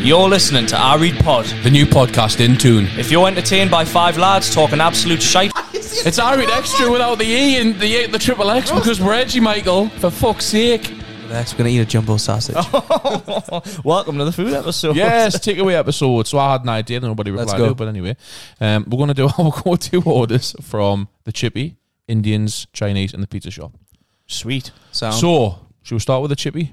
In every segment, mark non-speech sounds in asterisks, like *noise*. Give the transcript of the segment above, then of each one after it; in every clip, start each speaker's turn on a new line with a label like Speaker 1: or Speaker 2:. Speaker 1: You're listening to I Read Pod.
Speaker 2: The new podcast in tune.
Speaker 1: If you're entertained by five lads talking absolute shite,
Speaker 2: It's I Read Extra without the E and the the triple X because we're edgy, Michael. For fuck's sake.
Speaker 3: Next, we're gonna eat a jumbo sausage.
Speaker 1: *laughs* welcome to the food episode.
Speaker 2: Yes, takeaway episode. So I had an idea, nobody
Speaker 3: Let's
Speaker 2: replied
Speaker 3: go.
Speaker 2: to it, but anyway. Um, we're going to do *laughs* our go-to orders from the Chippy, Indians, Chinese, and the pizza shop.
Speaker 1: Sweet.
Speaker 3: So,
Speaker 2: So, should we start with the Chippy?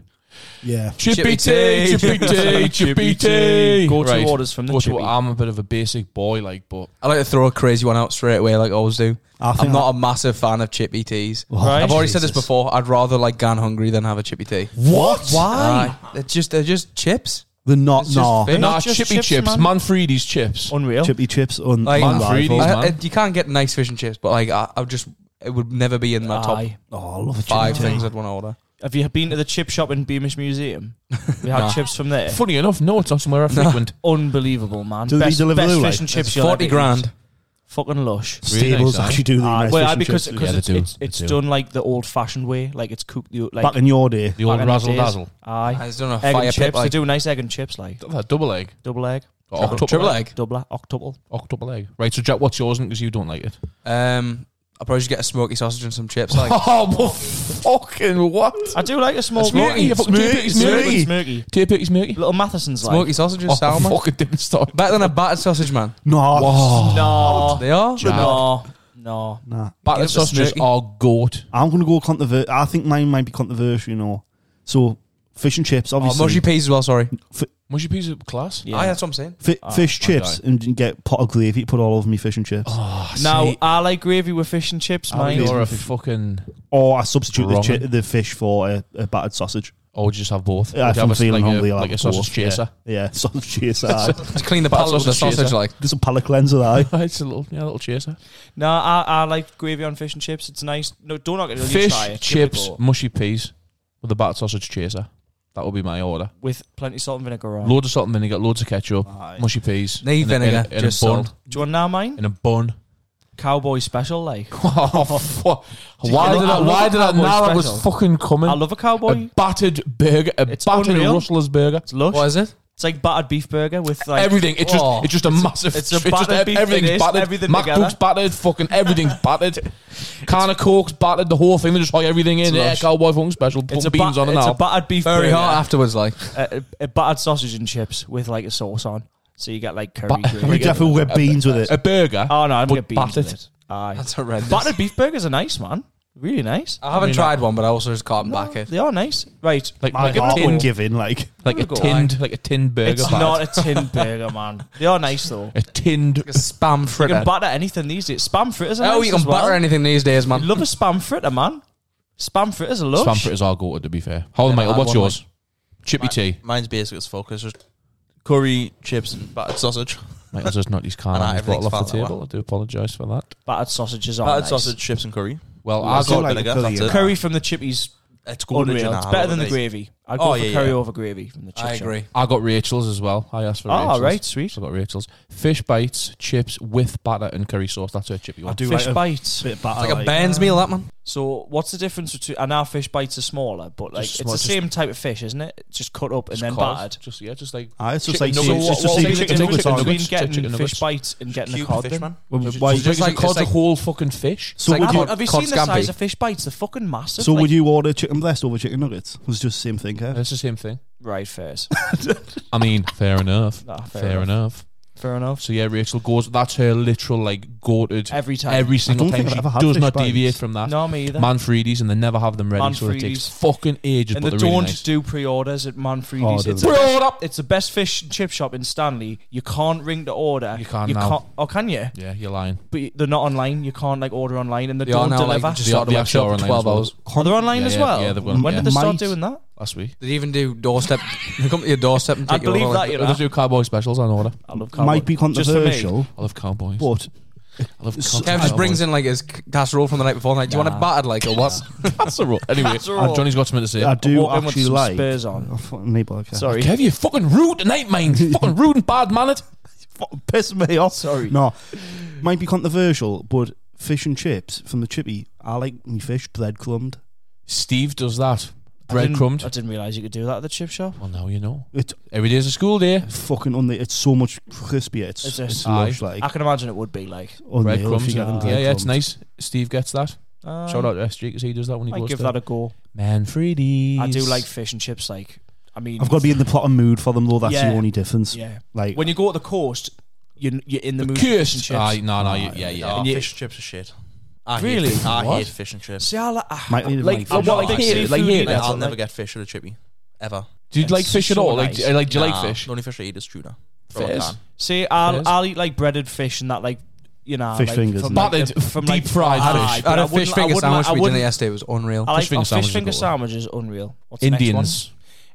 Speaker 4: Yeah.
Speaker 2: Chippy
Speaker 3: Chippy
Speaker 2: tea, Chippy tea, Chippy tea.
Speaker 1: Go-to orders from the
Speaker 2: Go-to-
Speaker 1: Chippy.
Speaker 2: I'm a bit of a basic boy, like, but
Speaker 3: I like to throw a crazy one out straight away, like I always do.
Speaker 4: I think
Speaker 3: I'm not a massive fan of chippy teas.
Speaker 1: Right.
Speaker 3: I've already said this
Speaker 4: Jesus.
Speaker 3: before. I'd rather like gan hungry than have a chippy tea.
Speaker 4: What?
Speaker 3: Why? They're just they're just chips.
Speaker 4: They're not.
Speaker 3: It's just
Speaker 4: Nah.
Speaker 3: fit. They're
Speaker 2: nah,
Speaker 1: not just
Speaker 2: Chippy
Speaker 1: chips,
Speaker 2: chips,
Speaker 1: man. Oh,
Speaker 2: Manfredi's chips.
Speaker 1: Unreal.
Speaker 4: Chippy chips on
Speaker 3: Like-
Speaker 4: on
Speaker 2: Manfredi's,
Speaker 4: rival.
Speaker 2: man.
Speaker 3: I- I- you can't get nice fish and chips, but like I, I just it would never be in my top
Speaker 1: Aye.
Speaker 4: Oh, I love a chippy
Speaker 3: five
Speaker 4: chip.
Speaker 3: things I'd want to order.
Speaker 1: Have you been to the chip shop in Beamish Museum? We had
Speaker 3: Nah.
Speaker 1: chips from there.
Speaker 2: Funny enough, no, it's not somewhere I frequent.
Speaker 1: Unbelievable, man.
Speaker 4: Do they
Speaker 1: best
Speaker 4: deliver
Speaker 1: best
Speaker 4: Lou,
Speaker 1: fish
Speaker 4: like?
Speaker 1: and chips
Speaker 3: It's
Speaker 1: you'll
Speaker 3: forty
Speaker 1: ever eat.
Speaker 3: grand.
Speaker 1: Fucking lush.
Speaker 2: Really
Speaker 4: Stables
Speaker 2: nice,
Speaker 4: actually do the
Speaker 1: Ah,
Speaker 4: nice
Speaker 1: well,
Speaker 4: fish
Speaker 1: aye,
Speaker 4: and
Speaker 1: because
Speaker 4: chips.
Speaker 1: because
Speaker 2: Yeah,
Speaker 1: it's,
Speaker 2: they do.
Speaker 1: it's,
Speaker 2: They
Speaker 1: it's
Speaker 2: do.
Speaker 1: done like the old fashioned way, like it's cooked the like
Speaker 4: Back in your day,
Speaker 2: The old
Speaker 1: back in
Speaker 2: razzle
Speaker 1: days.
Speaker 2: dazzle.
Speaker 3: I
Speaker 1: Aye,
Speaker 3: just don't know.
Speaker 1: egg
Speaker 3: Fire
Speaker 1: and
Speaker 3: pit
Speaker 1: chips. They
Speaker 3: like
Speaker 1: do nice egg and chips, like
Speaker 2: That double egg.
Speaker 1: double egg,
Speaker 2: Or octuple
Speaker 3: triple
Speaker 2: egg.
Speaker 3: egg.
Speaker 1: double egg, octuple.
Speaker 2: Octuple egg. Right, so Jack, what's yours? Because you don't like it.
Speaker 3: Um, I'll probably just get a smoky sausage and some chips.
Speaker 2: *laughs*
Speaker 3: Like
Speaker 2: Oh, well, fucking what?
Speaker 1: I do like a small
Speaker 2: Smoky, fucking
Speaker 1: smoky,
Speaker 2: smoky, smoky.
Speaker 1: smoky.
Speaker 2: Do you pick smoky?
Speaker 1: Little Matheson's like
Speaker 3: smoky sausages,
Speaker 2: Oh,
Speaker 3: salmon.
Speaker 2: *laughs* fucking didn't start.
Speaker 3: Better than a battered sausage, man.
Speaker 4: nah,
Speaker 1: no,
Speaker 3: They are.
Speaker 2: Oh,
Speaker 3: Oh,
Speaker 2: Jack.
Speaker 1: no, no.
Speaker 4: nah.
Speaker 2: Battered
Speaker 3: Give us
Speaker 2: sausages
Speaker 3: smoky.
Speaker 2: are goat.
Speaker 4: I'm gonna go controversial. I think mine might be controversial, you know. So fish and chips,
Speaker 3: Oh,
Speaker 4: obviously.
Speaker 3: mushy peas as well. Sorry.
Speaker 2: Mushy peas are class.
Speaker 1: Yeah.
Speaker 3: Aye, that's what I'm saying.
Speaker 4: Fi-
Speaker 1: Ah,
Speaker 4: fish
Speaker 2: my
Speaker 4: chips
Speaker 2: guy.
Speaker 4: and get pot of gravy to put all over me fish and
Speaker 2: Oh.
Speaker 4: chips,
Speaker 1: Now I like gravy with fish and chips. Mine
Speaker 4: yeah.
Speaker 2: You're a fucking.
Speaker 4: or I substitute the,
Speaker 2: Wrong.
Speaker 4: chi- the fish for a, a battered sausage.
Speaker 2: Or just have both.
Speaker 4: Yeah,
Speaker 2: Or
Speaker 4: if
Speaker 2: do you
Speaker 4: I'm
Speaker 2: have a-
Speaker 4: feeling
Speaker 2: like
Speaker 4: hungry,
Speaker 2: a,
Speaker 4: I'll
Speaker 2: like a
Speaker 4: have
Speaker 2: sausage
Speaker 4: both,
Speaker 2: chaser.
Speaker 4: Yeah, *laughs* sausage chaser. aye.
Speaker 3: Just clean the palate with the
Speaker 2: Sausage
Speaker 3: sausage.
Speaker 2: chaser.
Speaker 3: Like
Speaker 4: Get some palate cleanser, aye.
Speaker 2: *laughs* it's a little, yeah, a little chaser.
Speaker 1: No, I, I like gravy on fish and chips. It's nice. No, don't knock it. until you
Speaker 2: Fish,
Speaker 1: try it. Give it a
Speaker 2: chips,
Speaker 1: go.
Speaker 2: mushy peas with a battered sausage chaser. That would be my order.
Speaker 1: with plenty of salt and vinegar on.
Speaker 2: Loads of salt and vinegar, loads of ketchup, mushy peas. in
Speaker 3: Need
Speaker 2: a- in a-
Speaker 3: vinegar,
Speaker 2: in a
Speaker 3: just
Speaker 2: bun.
Speaker 3: salt.
Speaker 1: Do you want now mine?
Speaker 2: In a bun.
Speaker 1: Cowboy special, like
Speaker 2: *laughs* Oh, fuck.
Speaker 1: you
Speaker 2: Why
Speaker 1: know-
Speaker 2: did
Speaker 1: I
Speaker 2: I?
Speaker 1: love
Speaker 2: Why
Speaker 1: a
Speaker 2: did I?
Speaker 1: cowboy
Speaker 2: Now that
Speaker 1: special.
Speaker 2: was fucking coming.
Speaker 1: I love a cowboy.
Speaker 2: a battered burger, a
Speaker 1: It's
Speaker 2: battered
Speaker 1: unreal.
Speaker 2: Rustler's burger.
Speaker 1: It's lush.
Speaker 3: what is it?
Speaker 1: It's like battered beef burger with like
Speaker 2: everything. It's just.
Speaker 3: Oh.
Speaker 2: It's just a massive.
Speaker 1: it's a
Speaker 2: just
Speaker 1: battered
Speaker 2: ev-
Speaker 1: beef
Speaker 2: everything's
Speaker 1: finish,
Speaker 2: battered.
Speaker 1: everything
Speaker 2: MacBook's
Speaker 1: together.
Speaker 2: battered. Fucking
Speaker 1: *laughs*
Speaker 2: everything's battered. Can of Coke's battered. The whole thing. They just hide everything in. Yeah,
Speaker 3: lush.
Speaker 2: cowboy fucking special. Put
Speaker 1: It's a,
Speaker 2: beans
Speaker 1: ba-
Speaker 2: on it
Speaker 1: it's a
Speaker 2: now.
Speaker 1: battered beef
Speaker 3: Very
Speaker 1: burger,
Speaker 3: hot afterwards. Like
Speaker 1: A, a- a battered sausage and chips with like a sauce on. So you get like curry.
Speaker 2: Ba- *laughs*
Speaker 1: gravy.
Speaker 4: We definitely will get beans with it.
Speaker 2: A burger.
Speaker 1: oh no, I'm gonna
Speaker 2: but
Speaker 1: beans with
Speaker 2: battered.
Speaker 1: it. Aye.
Speaker 3: that's horrendous.
Speaker 1: Battered beef burgers are nice, man. Really nice.
Speaker 3: I haven't
Speaker 2: mean,
Speaker 3: tried one, but I also just can't
Speaker 1: No,
Speaker 3: back it.
Speaker 1: They are nice. Right.
Speaker 2: Like,
Speaker 4: My
Speaker 2: like a
Speaker 4: heart would
Speaker 2: tinned,
Speaker 4: give in, like
Speaker 2: like a
Speaker 1: Google.
Speaker 2: tinned, like a tinned burger.
Speaker 1: It's
Speaker 2: battered.
Speaker 1: not a
Speaker 3: *laughs*
Speaker 1: tin burger, man. They are nice though.
Speaker 2: a tinned.
Speaker 3: Like a spam
Speaker 1: You
Speaker 3: fritter.
Speaker 1: can batter anything these days. Spam fritters are
Speaker 3: Oh,
Speaker 1: nice
Speaker 3: you can
Speaker 1: as well.
Speaker 3: butter anything these days, man.
Speaker 1: Love a spam fritter, man. Spam fritters are lush.
Speaker 2: Spam fritters are goated, to be fair. Hold on,
Speaker 3: Never
Speaker 2: Michael.
Speaker 3: had
Speaker 2: What's
Speaker 3: one,
Speaker 2: yours? Chippy tea.
Speaker 5: Mine's basic as fuck. It's just curry, chips, and battered sausage.
Speaker 2: Michael's just knocked his car
Speaker 5: And
Speaker 2: and his
Speaker 5: everything's
Speaker 2: bottle off the
Speaker 5: fine like
Speaker 2: table. I do apologise for that.
Speaker 1: Battered sausages are
Speaker 5: Battered
Speaker 1: nice.
Speaker 5: sausage, chips, and curry.
Speaker 2: Well,
Speaker 4: I
Speaker 2: I
Speaker 4: do
Speaker 2: got
Speaker 4: like
Speaker 5: vinegar,
Speaker 4: the
Speaker 5: that's
Speaker 4: curry.
Speaker 5: it.
Speaker 1: Curry from the chippies,
Speaker 5: It's good.
Speaker 1: unreal. It's better than the gravy. I'd go
Speaker 5: Oh,
Speaker 1: for
Speaker 5: yeah,
Speaker 1: curry
Speaker 5: yeah.
Speaker 1: over gravy from the chip
Speaker 3: I
Speaker 1: shop.
Speaker 3: agree.
Speaker 2: I got Rachel's as well. I asked for
Speaker 1: Ah,
Speaker 2: Rachel's.
Speaker 1: right, sweet.
Speaker 2: So I got Rachel's. Fish bites, chips with batter and curry sauce. That's her chippy
Speaker 4: I
Speaker 2: one.
Speaker 4: do
Speaker 1: Fish
Speaker 4: like a
Speaker 1: bites.
Speaker 4: bit of batter,
Speaker 3: It's like a Ben's meal, that man.
Speaker 1: So what's the difference between? And our fish bites are smaller, but like
Speaker 2: Just
Speaker 1: it's
Speaker 2: small-
Speaker 1: the
Speaker 2: just-
Speaker 1: same type of fish, isn't it? It's Just cut up and
Speaker 2: Just
Speaker 1: then
Speaker 2: cod.
Speaker 1: battered.
Speaker 2: Just yeah, just like
Speaker 4: Aye, Ah, it's just
Speaker 2: Chicken
Speaker 4: like so
Speaker 2: nuggets.
Speaker 4: it's
Speaker 2: So
Speaker 4: just
Speaker 2: what-
Speaker 4: even
Speaker 2: chicken
Speaker 4: chicken nuggets.
Speaker 2: nuggets.
Speaker 4: aren't
Speaker 1: between
Speaker 2: nuggets,
Speaker 1: getting
Speaker 2: chicken
Speaker 1: fish
Speaker 2: nuggets.
Speaker 1: bites and getting a
Speaker 5: Cube
Speaker 1: cod?
Speaker 5: fish,
Speaker 1: then?
Speaker 5: man.
Speaker 4: it? Why-
Speaker 3: Just
Speaker 2: just
Speaker 3: like-
Speaker 2: like cod's
Speaker 3: it's
Speaker 2: a
Speaker 3: like-
Speaker 2: whole fucking fish.
Speaker 4: So
Speaker 3: like
Speaker 4: would
Speaker 1: Have,
Speaker 3: cod-
Speaker 4: you
Speaker 1: you, have you
Speaker 3: cod
Speaker 1: seen the size
Speaker 3: scampi.
Speaker 1: of fish bites? They're fucking massive.
Speaker 4: so
Speaker 1: like-
Speaker 4: would you order chicken breast over chicken nuggets? It was just the same thing, eh?
Speaker 2: It's the same thing.
Speaker 1: Right, fairs.
Speaker 2: I mean, fair enough.
Speaker 1: Nah, fair
Speaker 2: fair enough.
Speaker 1: Fair enough.
Speaker 2: So yeah, Rachel goes. That's her literal like goated
Speaker 1: Every time.
Speaker 2: every single
Speaker 4: don't
Speaker 2: time.
Speaker 4: think I've
Speaker 2: She
Speaker 4: ever had
Speaker 2: does
Speaker 4: fish
Speaker 2: not
Speaker 4: bites.
Speaker 2: deviate from that.
Speaker 1: no, me either.
Speaker 2: Manfredi's and they never have them ready, so it
Speaker 1: Manfredi's.
Speaker 2: takes fucking ages.
Speaker 1: and
Speaker 2: but
Speaker 1: they
Speaker 2: they're really
Speaker 1: don't
Speaker 2: nice.
Speaker 1: do pre-orders at
Speaker 4: Oh,
Speaker 1: Manfredi's.
Speaker 4: do
Speaker 1: it's,
Speaker 4: they?
Speaker 1: the best,
Speaker 2: Pre-order!
Speaker 1: it's the best fish and chip shop in Stanley. You can't ring to order.
Speaker 2: You can't now.
Speaker 1: oh, can you?
Speaker 2: Yeah, you're lying.
Speaker 1: But you- they're not online. You can't like order online, and they,
Speaker 3: They are
Speaker 1: don't
Speaker 3: now
Speaker 1: deliver.
Speaker 3: like just
Speaker 2: They are-
Speaker 3: started
Speaker 2: they
Speaker 3: like
Speaker 2: actually are
Speaker 3: shop for
Speaker 2: online
Speaker 3: twelve
Speaker 2: as well.
Speaker 3: hours.
Speaker 1: Are they online
Speaker 2: Yeah,
Speaker 1: as
Speaker 2: yeah,
Speaker 1: well?
Speaker 2: yeah, they've got-
Speaker 1: when
Speaker 2: yeah.
Speaker 1: did they start
Speaker 4: Might.
Speaker 1: doing that?
Speaker 2: Last week.
Speaker 3: They even do doorstep. they come to your doorstep and
Speaker 1: I
Speaker 3: take your
Speaker 1: believe
Speaker 3: order.
Speaker 1: that, you
Speaker 2: They
Speaker 1: know.
Speaker 2: do cowboy specials on order.
Speaker 1: I love cowboy.
Speaker 4: Might be
Speaker 1: Just for me.
Speaker 4: controversial,
Speaker 2: I love cowboys.
Speaker 4: but
Speaker 2: I love
Speaker 4: So-
Speaker 3: Kev just brings in like his c- casserole from the night before. Like, do you want
Speaker 1: Nah.
Speaker 3: it battered, like, or what?
Speaker 2: casserole. Anyway,
Speaker 1: Casserole.
Speaker 2: uh, Johnny's got something to say.
Speaker 4: I
Speaker 1: I
Speaker 4: do
Speaker 1: walk in with
Speaker 4: actually
Speaker 1: some
Speaker 4: like.
Speaker 1: spurs on.
Speaker 4: Oh, fucking neighbour, okay.
Speaker 1: Sorry.
Speaker 2: Kev, you fucking rude
Speaker 1: *laughs*
Speaker 2: tonight, mate. fucking rude and bad mannered.
Speaker 4: Fucking piss me off.
Speaker 1: Sorry.
Speaker 4: No, might be controversial, but fish and chips from the chippy. I like me fish breadcrumbed.
Speaker 2: Steve does that
Speaker 1: I didn't-
Speaker 2: breadcrumbed.
Speaker 1: I didn't realize you could do that at the chip shop.
Speaker 2: Well, now you know.
Speaker 4: It-
Speaker 2: Every day's a school day.
Speaker 4: Fucking unreal. It's so much crispier. It's,
Speaker 1: It's
Speaker 4: it's,
Speaker 1: just-
Speaker 4: lush, like
Speaker 1: I can imagine it would be like.
Speaker 4: unreal if
Speaker 2: Breadcrumbs.
Speaker 4: you get them
Speaker 2: Yeah, yeah,
Speaker 4: breadcrumbs.
Speaker 2: it's nice. Steve gets that.
Speaker 1: Uh,
Speaker 2: Shout out to SG because he does that when he
Speaker 1: I
Speaker 2: goes
Speaker 1: give
Speaker 2: to
Speaker 1: that a go.
Speaker 2: Manfredi's.
Speaker 1: I do like fish and chips. Like, I mean,
Speaker 4: I've got to be in the plot of mood for them though. That's
Speaker 1: Yeah.
Speaker 4: the only difference.
Speaker 1: yeah.
Speaker 4: Like
Speaker 1: When you go to the coast, you're, you're in the mood. for fish and
Speaker 2: cursed.
Speaker 1: chips.
Speaker 2: Aye, no, no, you- yeah, yeah.
Speaker 5: Oh,
Speaker 1: yeah.
Speaker 5: fish and chips are shit. I
Speaker 1: Really?
Speaker 5: Hate, I
Speaker 1: What?
Speaker 5: hate fish and chips.
Speaker 1: See, I like. I-
Speaker 4: Might need a
Speaker 1: like,
Speaker 4: mic
Speaker 1: I
Speaker 4: for
Speaker 1: want, like,
Speaker 5: that.
Speaker 1: here, like
Speaker 5: Seafood,
Speaker 1: here.
Speaker 5: Like,
Speaker 1: that's
Speaker 5: I'll
Speaker 1: what,
Speaker 5: never
Speaker 1: like-
Speaker 5: get fish at a chippy. Ever.
Speaker 2: Do you like
Speaker 1: It's
Speaker 2: fish at
Speaker 1: so
Speaker 2: all? Like,
Speaker 1: nice.
Speaker 2: do, like, do you
Speaker 5: Nah,
Speaker 2: like fish?
Speaker 5: The only fish I eat is tuna. That's all I
Speaker 2: Fairs.
Speaker 5: can.
Speaker 1: See, I'll
Speaker 2: Fairs.
Speaker 1: I'll eat like breaded fish and that, like you know,
Speaker 4: Fish
Speaker 1: like,
Speaker 4: fingers
Speaker 1: from,
Speaker 4: and
Speaker 1: like,
Speaker 2: Battered,
Speaker 1: the- from
Speaker 2: deep
Speaker 1: like,
Speaker 2: fried
Speaker 1: aye,
Speaker 2: fish.
Speaker 1: but
Speaker 3: I had a
Speaker 1: wouldn't-
Speaker 3: fish finger
Speaker 1: wouldn't-
Speaker 3: sandwich
Speaker 1: I
Speaker 3: we did
Speaker 1: wouldn't-
Speaker 3: yesterday. It was unreal.
Speaker 1: I like
Speaker 2: Fish finger
Speaker 1: oh,
Speaker 2: sandwich
Speaker 1: fish
Speaker 2: is
Speaker 1: finger
Speaker 2: good.
Speaker 1: sandwich is unreal. What's the next one?
Speaker 2: Indians.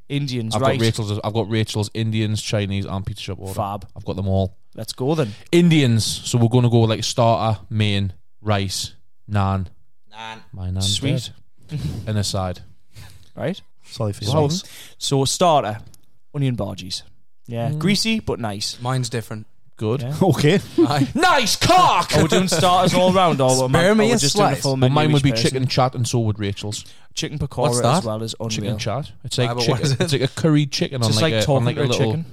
Speaker 1: Indians,
Speaker 2: I've
Speaker 1: right?
Speaker 2: got Rachel's. I've got Rachel's Indians, Chinese, and pizza shop order.
Speaker 1: Fab.
Speaker 2: I've got them all.
Speaker 1: Let's go then.
Speaker 2: Indians. So we're gonna go like starter, main, rice, naan.
Speaker 5: Naan.
Speaker 2: My naan.
Speaker 1: Sweet, *laughs*
Speaker 2: And a side.
Speaker 1: right?
Speaker 4: sorry for
Speaker 2: Well,
Speaker 4: your
Speaker 2: it's
Speaker 4: loss.
Speaker 1: So starter, onion bhajis. Yeah,
Speaker 2: Mm.
Speaker 1: greasy but nice.
Speaker 3: Mine's
Speaker 5: *laughs*
Speaker 3: different. Oh,
Speaker 2: Good.
Speaker 1: *laughs* Yeah.
Speaker 4: *laughs* Okay,
Speaker 3: Aye.
Speaker 2: Nice cock.
Speaker 1: Are we Oh, doing starters all round,
Speaker 2: *laughs*
Speaker 1: or am I-
Speaker 3: Spare
Speaker 1: or
Speaker 3: me
Speaker 1: we're
Speaker 3: a
Speaker 1: just doing a
Speaker 3: slice.
Speaker 1: full
Speaker 2: Well,
Speaker 1: menu
Speaker 2: mine
Speaker 1: each
Speaker 2: would be
Speaker 1: person?
Speaker 2: chicken chat, and so would Rachel's.
Speaker 1: chicken pakora
Speaker 3: What's that?
Speaker 1: as well as unreal.
Speaker 2: Chicken chat. It's
Speaker 3: Aye,
Speaker 2: like
Speaker 3: but what
Speaker 2: chicken,
Speaker 3: is it?
Speaker 2: it's like a curried chicken
Speaker 1: It's
Speaker 2: on
Speaker 1: just like,
Speaker 2: like, a, on
Speaker 1: talking
Speaker 2: like a
Speaker 1: to a
Speaker 2: little.
Speaker 1: chicken.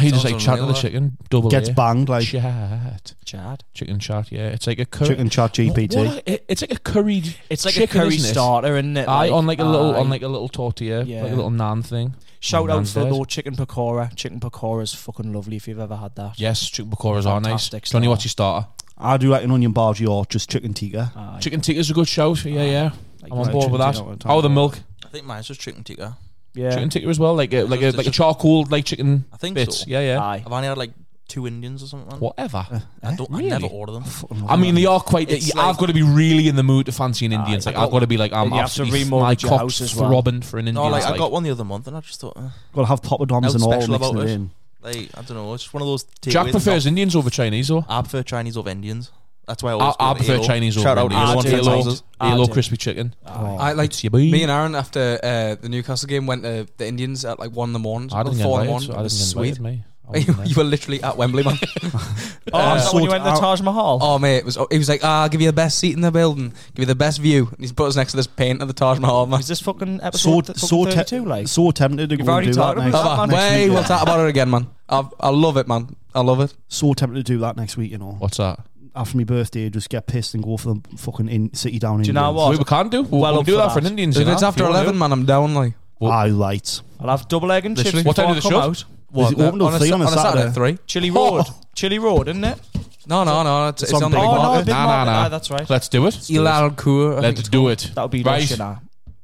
Speaker 2: He just
Speaker 3: Sounds
Speaker 2: like chat to the
Speaker 3: unreal,
Speaker 2: chicken. Double
Speaker 4: gets
Speaker 2: A.
Speaker 4: banged like
Speaker 2: chat.
Speaker 1: Chad.
Speaker 2: Chicken chat. Yeah, it's like a curry.
Speaker 4: chicken chat GPT.
Speaker 2: What- what- it- it's like a curried.
Speaker 1: It's like
Speaker 2: Chicken,
Speaker 1: a curry
Speaker 2: isn't it?
Speaker 1: starter, isn't it?
Speaker 2: Aye, on like a little, on
Speaker 1: aye.
Speaker 2: like a little tortilla,
Speaker 1: Yeah.
Speaker 2: like a little naan thing.
Speaker 1: Shout
Speaker 2: My
Speaker 1: out
Speaker 2: nan's
Speaker 1: for
Speaker 2: dead.
Speaker 1: the chicken pakora. Chicken pakora is fucking lovely if you've ever had that.
Speaker 2: Yes, chicken pakoras are nice.
Speaker 1: Fantastic
Speaker 2: Johnny,
Speaker 1: starter.
Speaker 2: what's your starter?
Speaker 4: I do like an onion bhaji or just chicken tikka.
Speaker 1: Aye.
Speaker 2: Chicken tikka's a good shout. Yeah, yeah.
Speaker 1: Like,
Speaker 2: I'm on
Speaker 4: Right,
Speaker 2: board
Speaker 4: chicken
Speaker 2: with that.
Speaker 4: tikka, what I'm talking
Speaker 2: How are the
Speaker 4: about.
Speaker 2: milk?
Speaker 5: I think mine's just chicken tikka.
Speaker 1: Yeah.
Speaker 2: Chicken tikka as well, like a, like a,
Speaker 5: It's
Speaker 2: like a
Speaker 5: just-
Speaker 2: charcoal like chicken
Speaker 5: I think
Speaker 2: bits.
Speaker 5: so.
Speaker 2: Yeah, yeah.
Speaker 1: Aye. Oh,
Speaker 5: I've only had like two Indians or something. man.
Speaker 2: Whatever.
Speaker 5: I don't. I never order them.
Speaker 4: Fucking
Speaker 2: I mean, they are quite.
Speaker 5: It's
Speaker 2: I've
Speaker 5: like-
Speaker 2: got to be really in the mood to fancy an
Speaker 1: Aye,
Speaker 2: Indian. It's like
Speaker 1: I got-
Speaker 2: I've got to be like I'm
Speaker 1: you have to
Speaker 2: absolutely
Speaker 1: remortgage
Speaker 2: my
Speaker 1: your
Speaker 2: cock
Speaker 1: house as well.
Speaker 2: throbbing for an Indian.
Speaker 5: No, like
Speaker 2: It's
Speaker 5: I got one the other month, and I just thought, uh,
Speaker 4: Gotta have Papa Doms
Speaker 5: Nothing
Speaker 4: and all
Speaker 5: special
Speaker 4: mixing
Speaker 5: about
Speaker 4: it
Speaker 5: it.
Speaker 4: in.
Speaker 5: like I don't know, it's just one of those.
Speaker 2: Jack
Speaker 5: takeaways.
Speaker 2: prefers Indians over Chinese though.
Speaker 5: I prefer Chinese over Indians. That's why I
Speaker 2: I,
Speaker 5: always.
Speaker 2: I
Speaker 5: go to
Speaker 2: prefer
Speaker 5: ALO.
Speaker 2: Chinese
Speaker 5: Shout
Speaker 2: over
Speaker 5: out
Speaker 1: I
Speaker 2: Indians.
Speaker 1: do.
Speaker 5: Indian.
Speaker 1: ALO.
Speaker 5: ALO.
Speaker 1: I
Speaker 2: Yellow
Speaker 1: do.
Speaker 2: crispy chicken.
Speaker 1: Aye.
Speaker 4: Oh.
Speaker 3: I like
Speaker 2: It's your boy.
Speaker 3: me and Aaron after uh, the Newcastle game went to the Indians at like one in the morning.
Speaker 2: I didn't
Speaker 3: or four in
Speaker 2: invite.
Speaker 3: the morning.
Speaker 2: so
Speaker 3: It
Speaker 2: I
Speaker 3: was
Speaker 2: didn't
Speaker 3: sweet.
Speaker 2: invite me. I
Speaker 3: you,
Speaker 2: wasn't *laughs* there.
Speaker 3: *laughs* you were literally at Wembley, man.
Speaker 1: Oh,
Speaker 3: Uh,
Speaker 1: is that when you
Speaker 4: sort
Speaker 1: went to the
Speaker 4: out-
Speaker 1: Taj Mahal?
Speaker 3: oh mate, it was. He was like, "Ah, I'll give you the best seat in the building, give you the best view." And he's put us next to this paint of the Taj Mahal, man.
Speaker 1: Is this fucking
Speaker 4: So
Speaker 1: episode
Speaker 4: so,
Speaker 1: fucking
Speaker 4: te-
Speaker 1: 32, like?
Speaker 4: so tempted to
Speaker 1: You've
Speaker 4: go and
Speaker 1: already
Speaker 4: do that
Speaker 1: talked
Speaker 4: next,
Speaker 1: about
Speaker 3: Oh, man,
Speaker 4: next
Speaker 3: wait,
Speaker 4: week.
Speaker 3: we'll
Speaker 4: yeah.
Speaker 3: talk about it again, man. I, I love it, man. I love it.
Speaker 4: So tempted to do that next week, you know.
Speaker 2: What's that?
Speaker 4: After my birthday, just get pissed and go for the fucking in city down.
Speaker 1: Do you know
Speaker 4: Indians.
Speaker 1: what?
Speaker 2: We, we can't do. We'll,
Speaker 1: Well
Speaker 2: we'll
Speaker 1: up
Speaker 2: do
Speaker 1: for
Speaker 2: that
Speaker 1: that.
Speaker 2: for an Indian.
Speaker 3: If it's after eleven, man, I'm down. Like,
Speaker 4: Aye, lights.
Speaker 1: I'll have double egg and chips
Speaker 2: Literally.
Speaker 1: before
Speaker 2: What time
Speaker 1: I
Speaker 2: do they
Speaker 1: come
Speaker 2: shut?
Speaker 1: out.
Speaker 4: Is it open till
Speaker 3: on,
Speaker 4: three
Speaker 3: Sa-
Speaker 4: on a Saturday?
Speaker 3: Three?
Speaker 1: Chili
Speaker 2: *laughs*
Speaker 1: Road. Chili Road, isn't it?
Speaker 3: No, no, no. It's, it's,
Speaker 4: on
Speaker 3: on, the
Speaker 4: Big
Speaker 3: big
Speaker 1: oh, no,
Speaker 3: market.
Speaker 1: a big
Speaker 2: Nah, nah,
Speaker 1: market.
Speaker 2: nah.
Speaker 1: Aye, that's right.
Speaker 2: Let's do it.
Speaker 3: Ilal Kur. I think
Speaker 2: Let's do it.
Speaker 1: That'll be
Speaker 2: Right.
Speaker 1: right.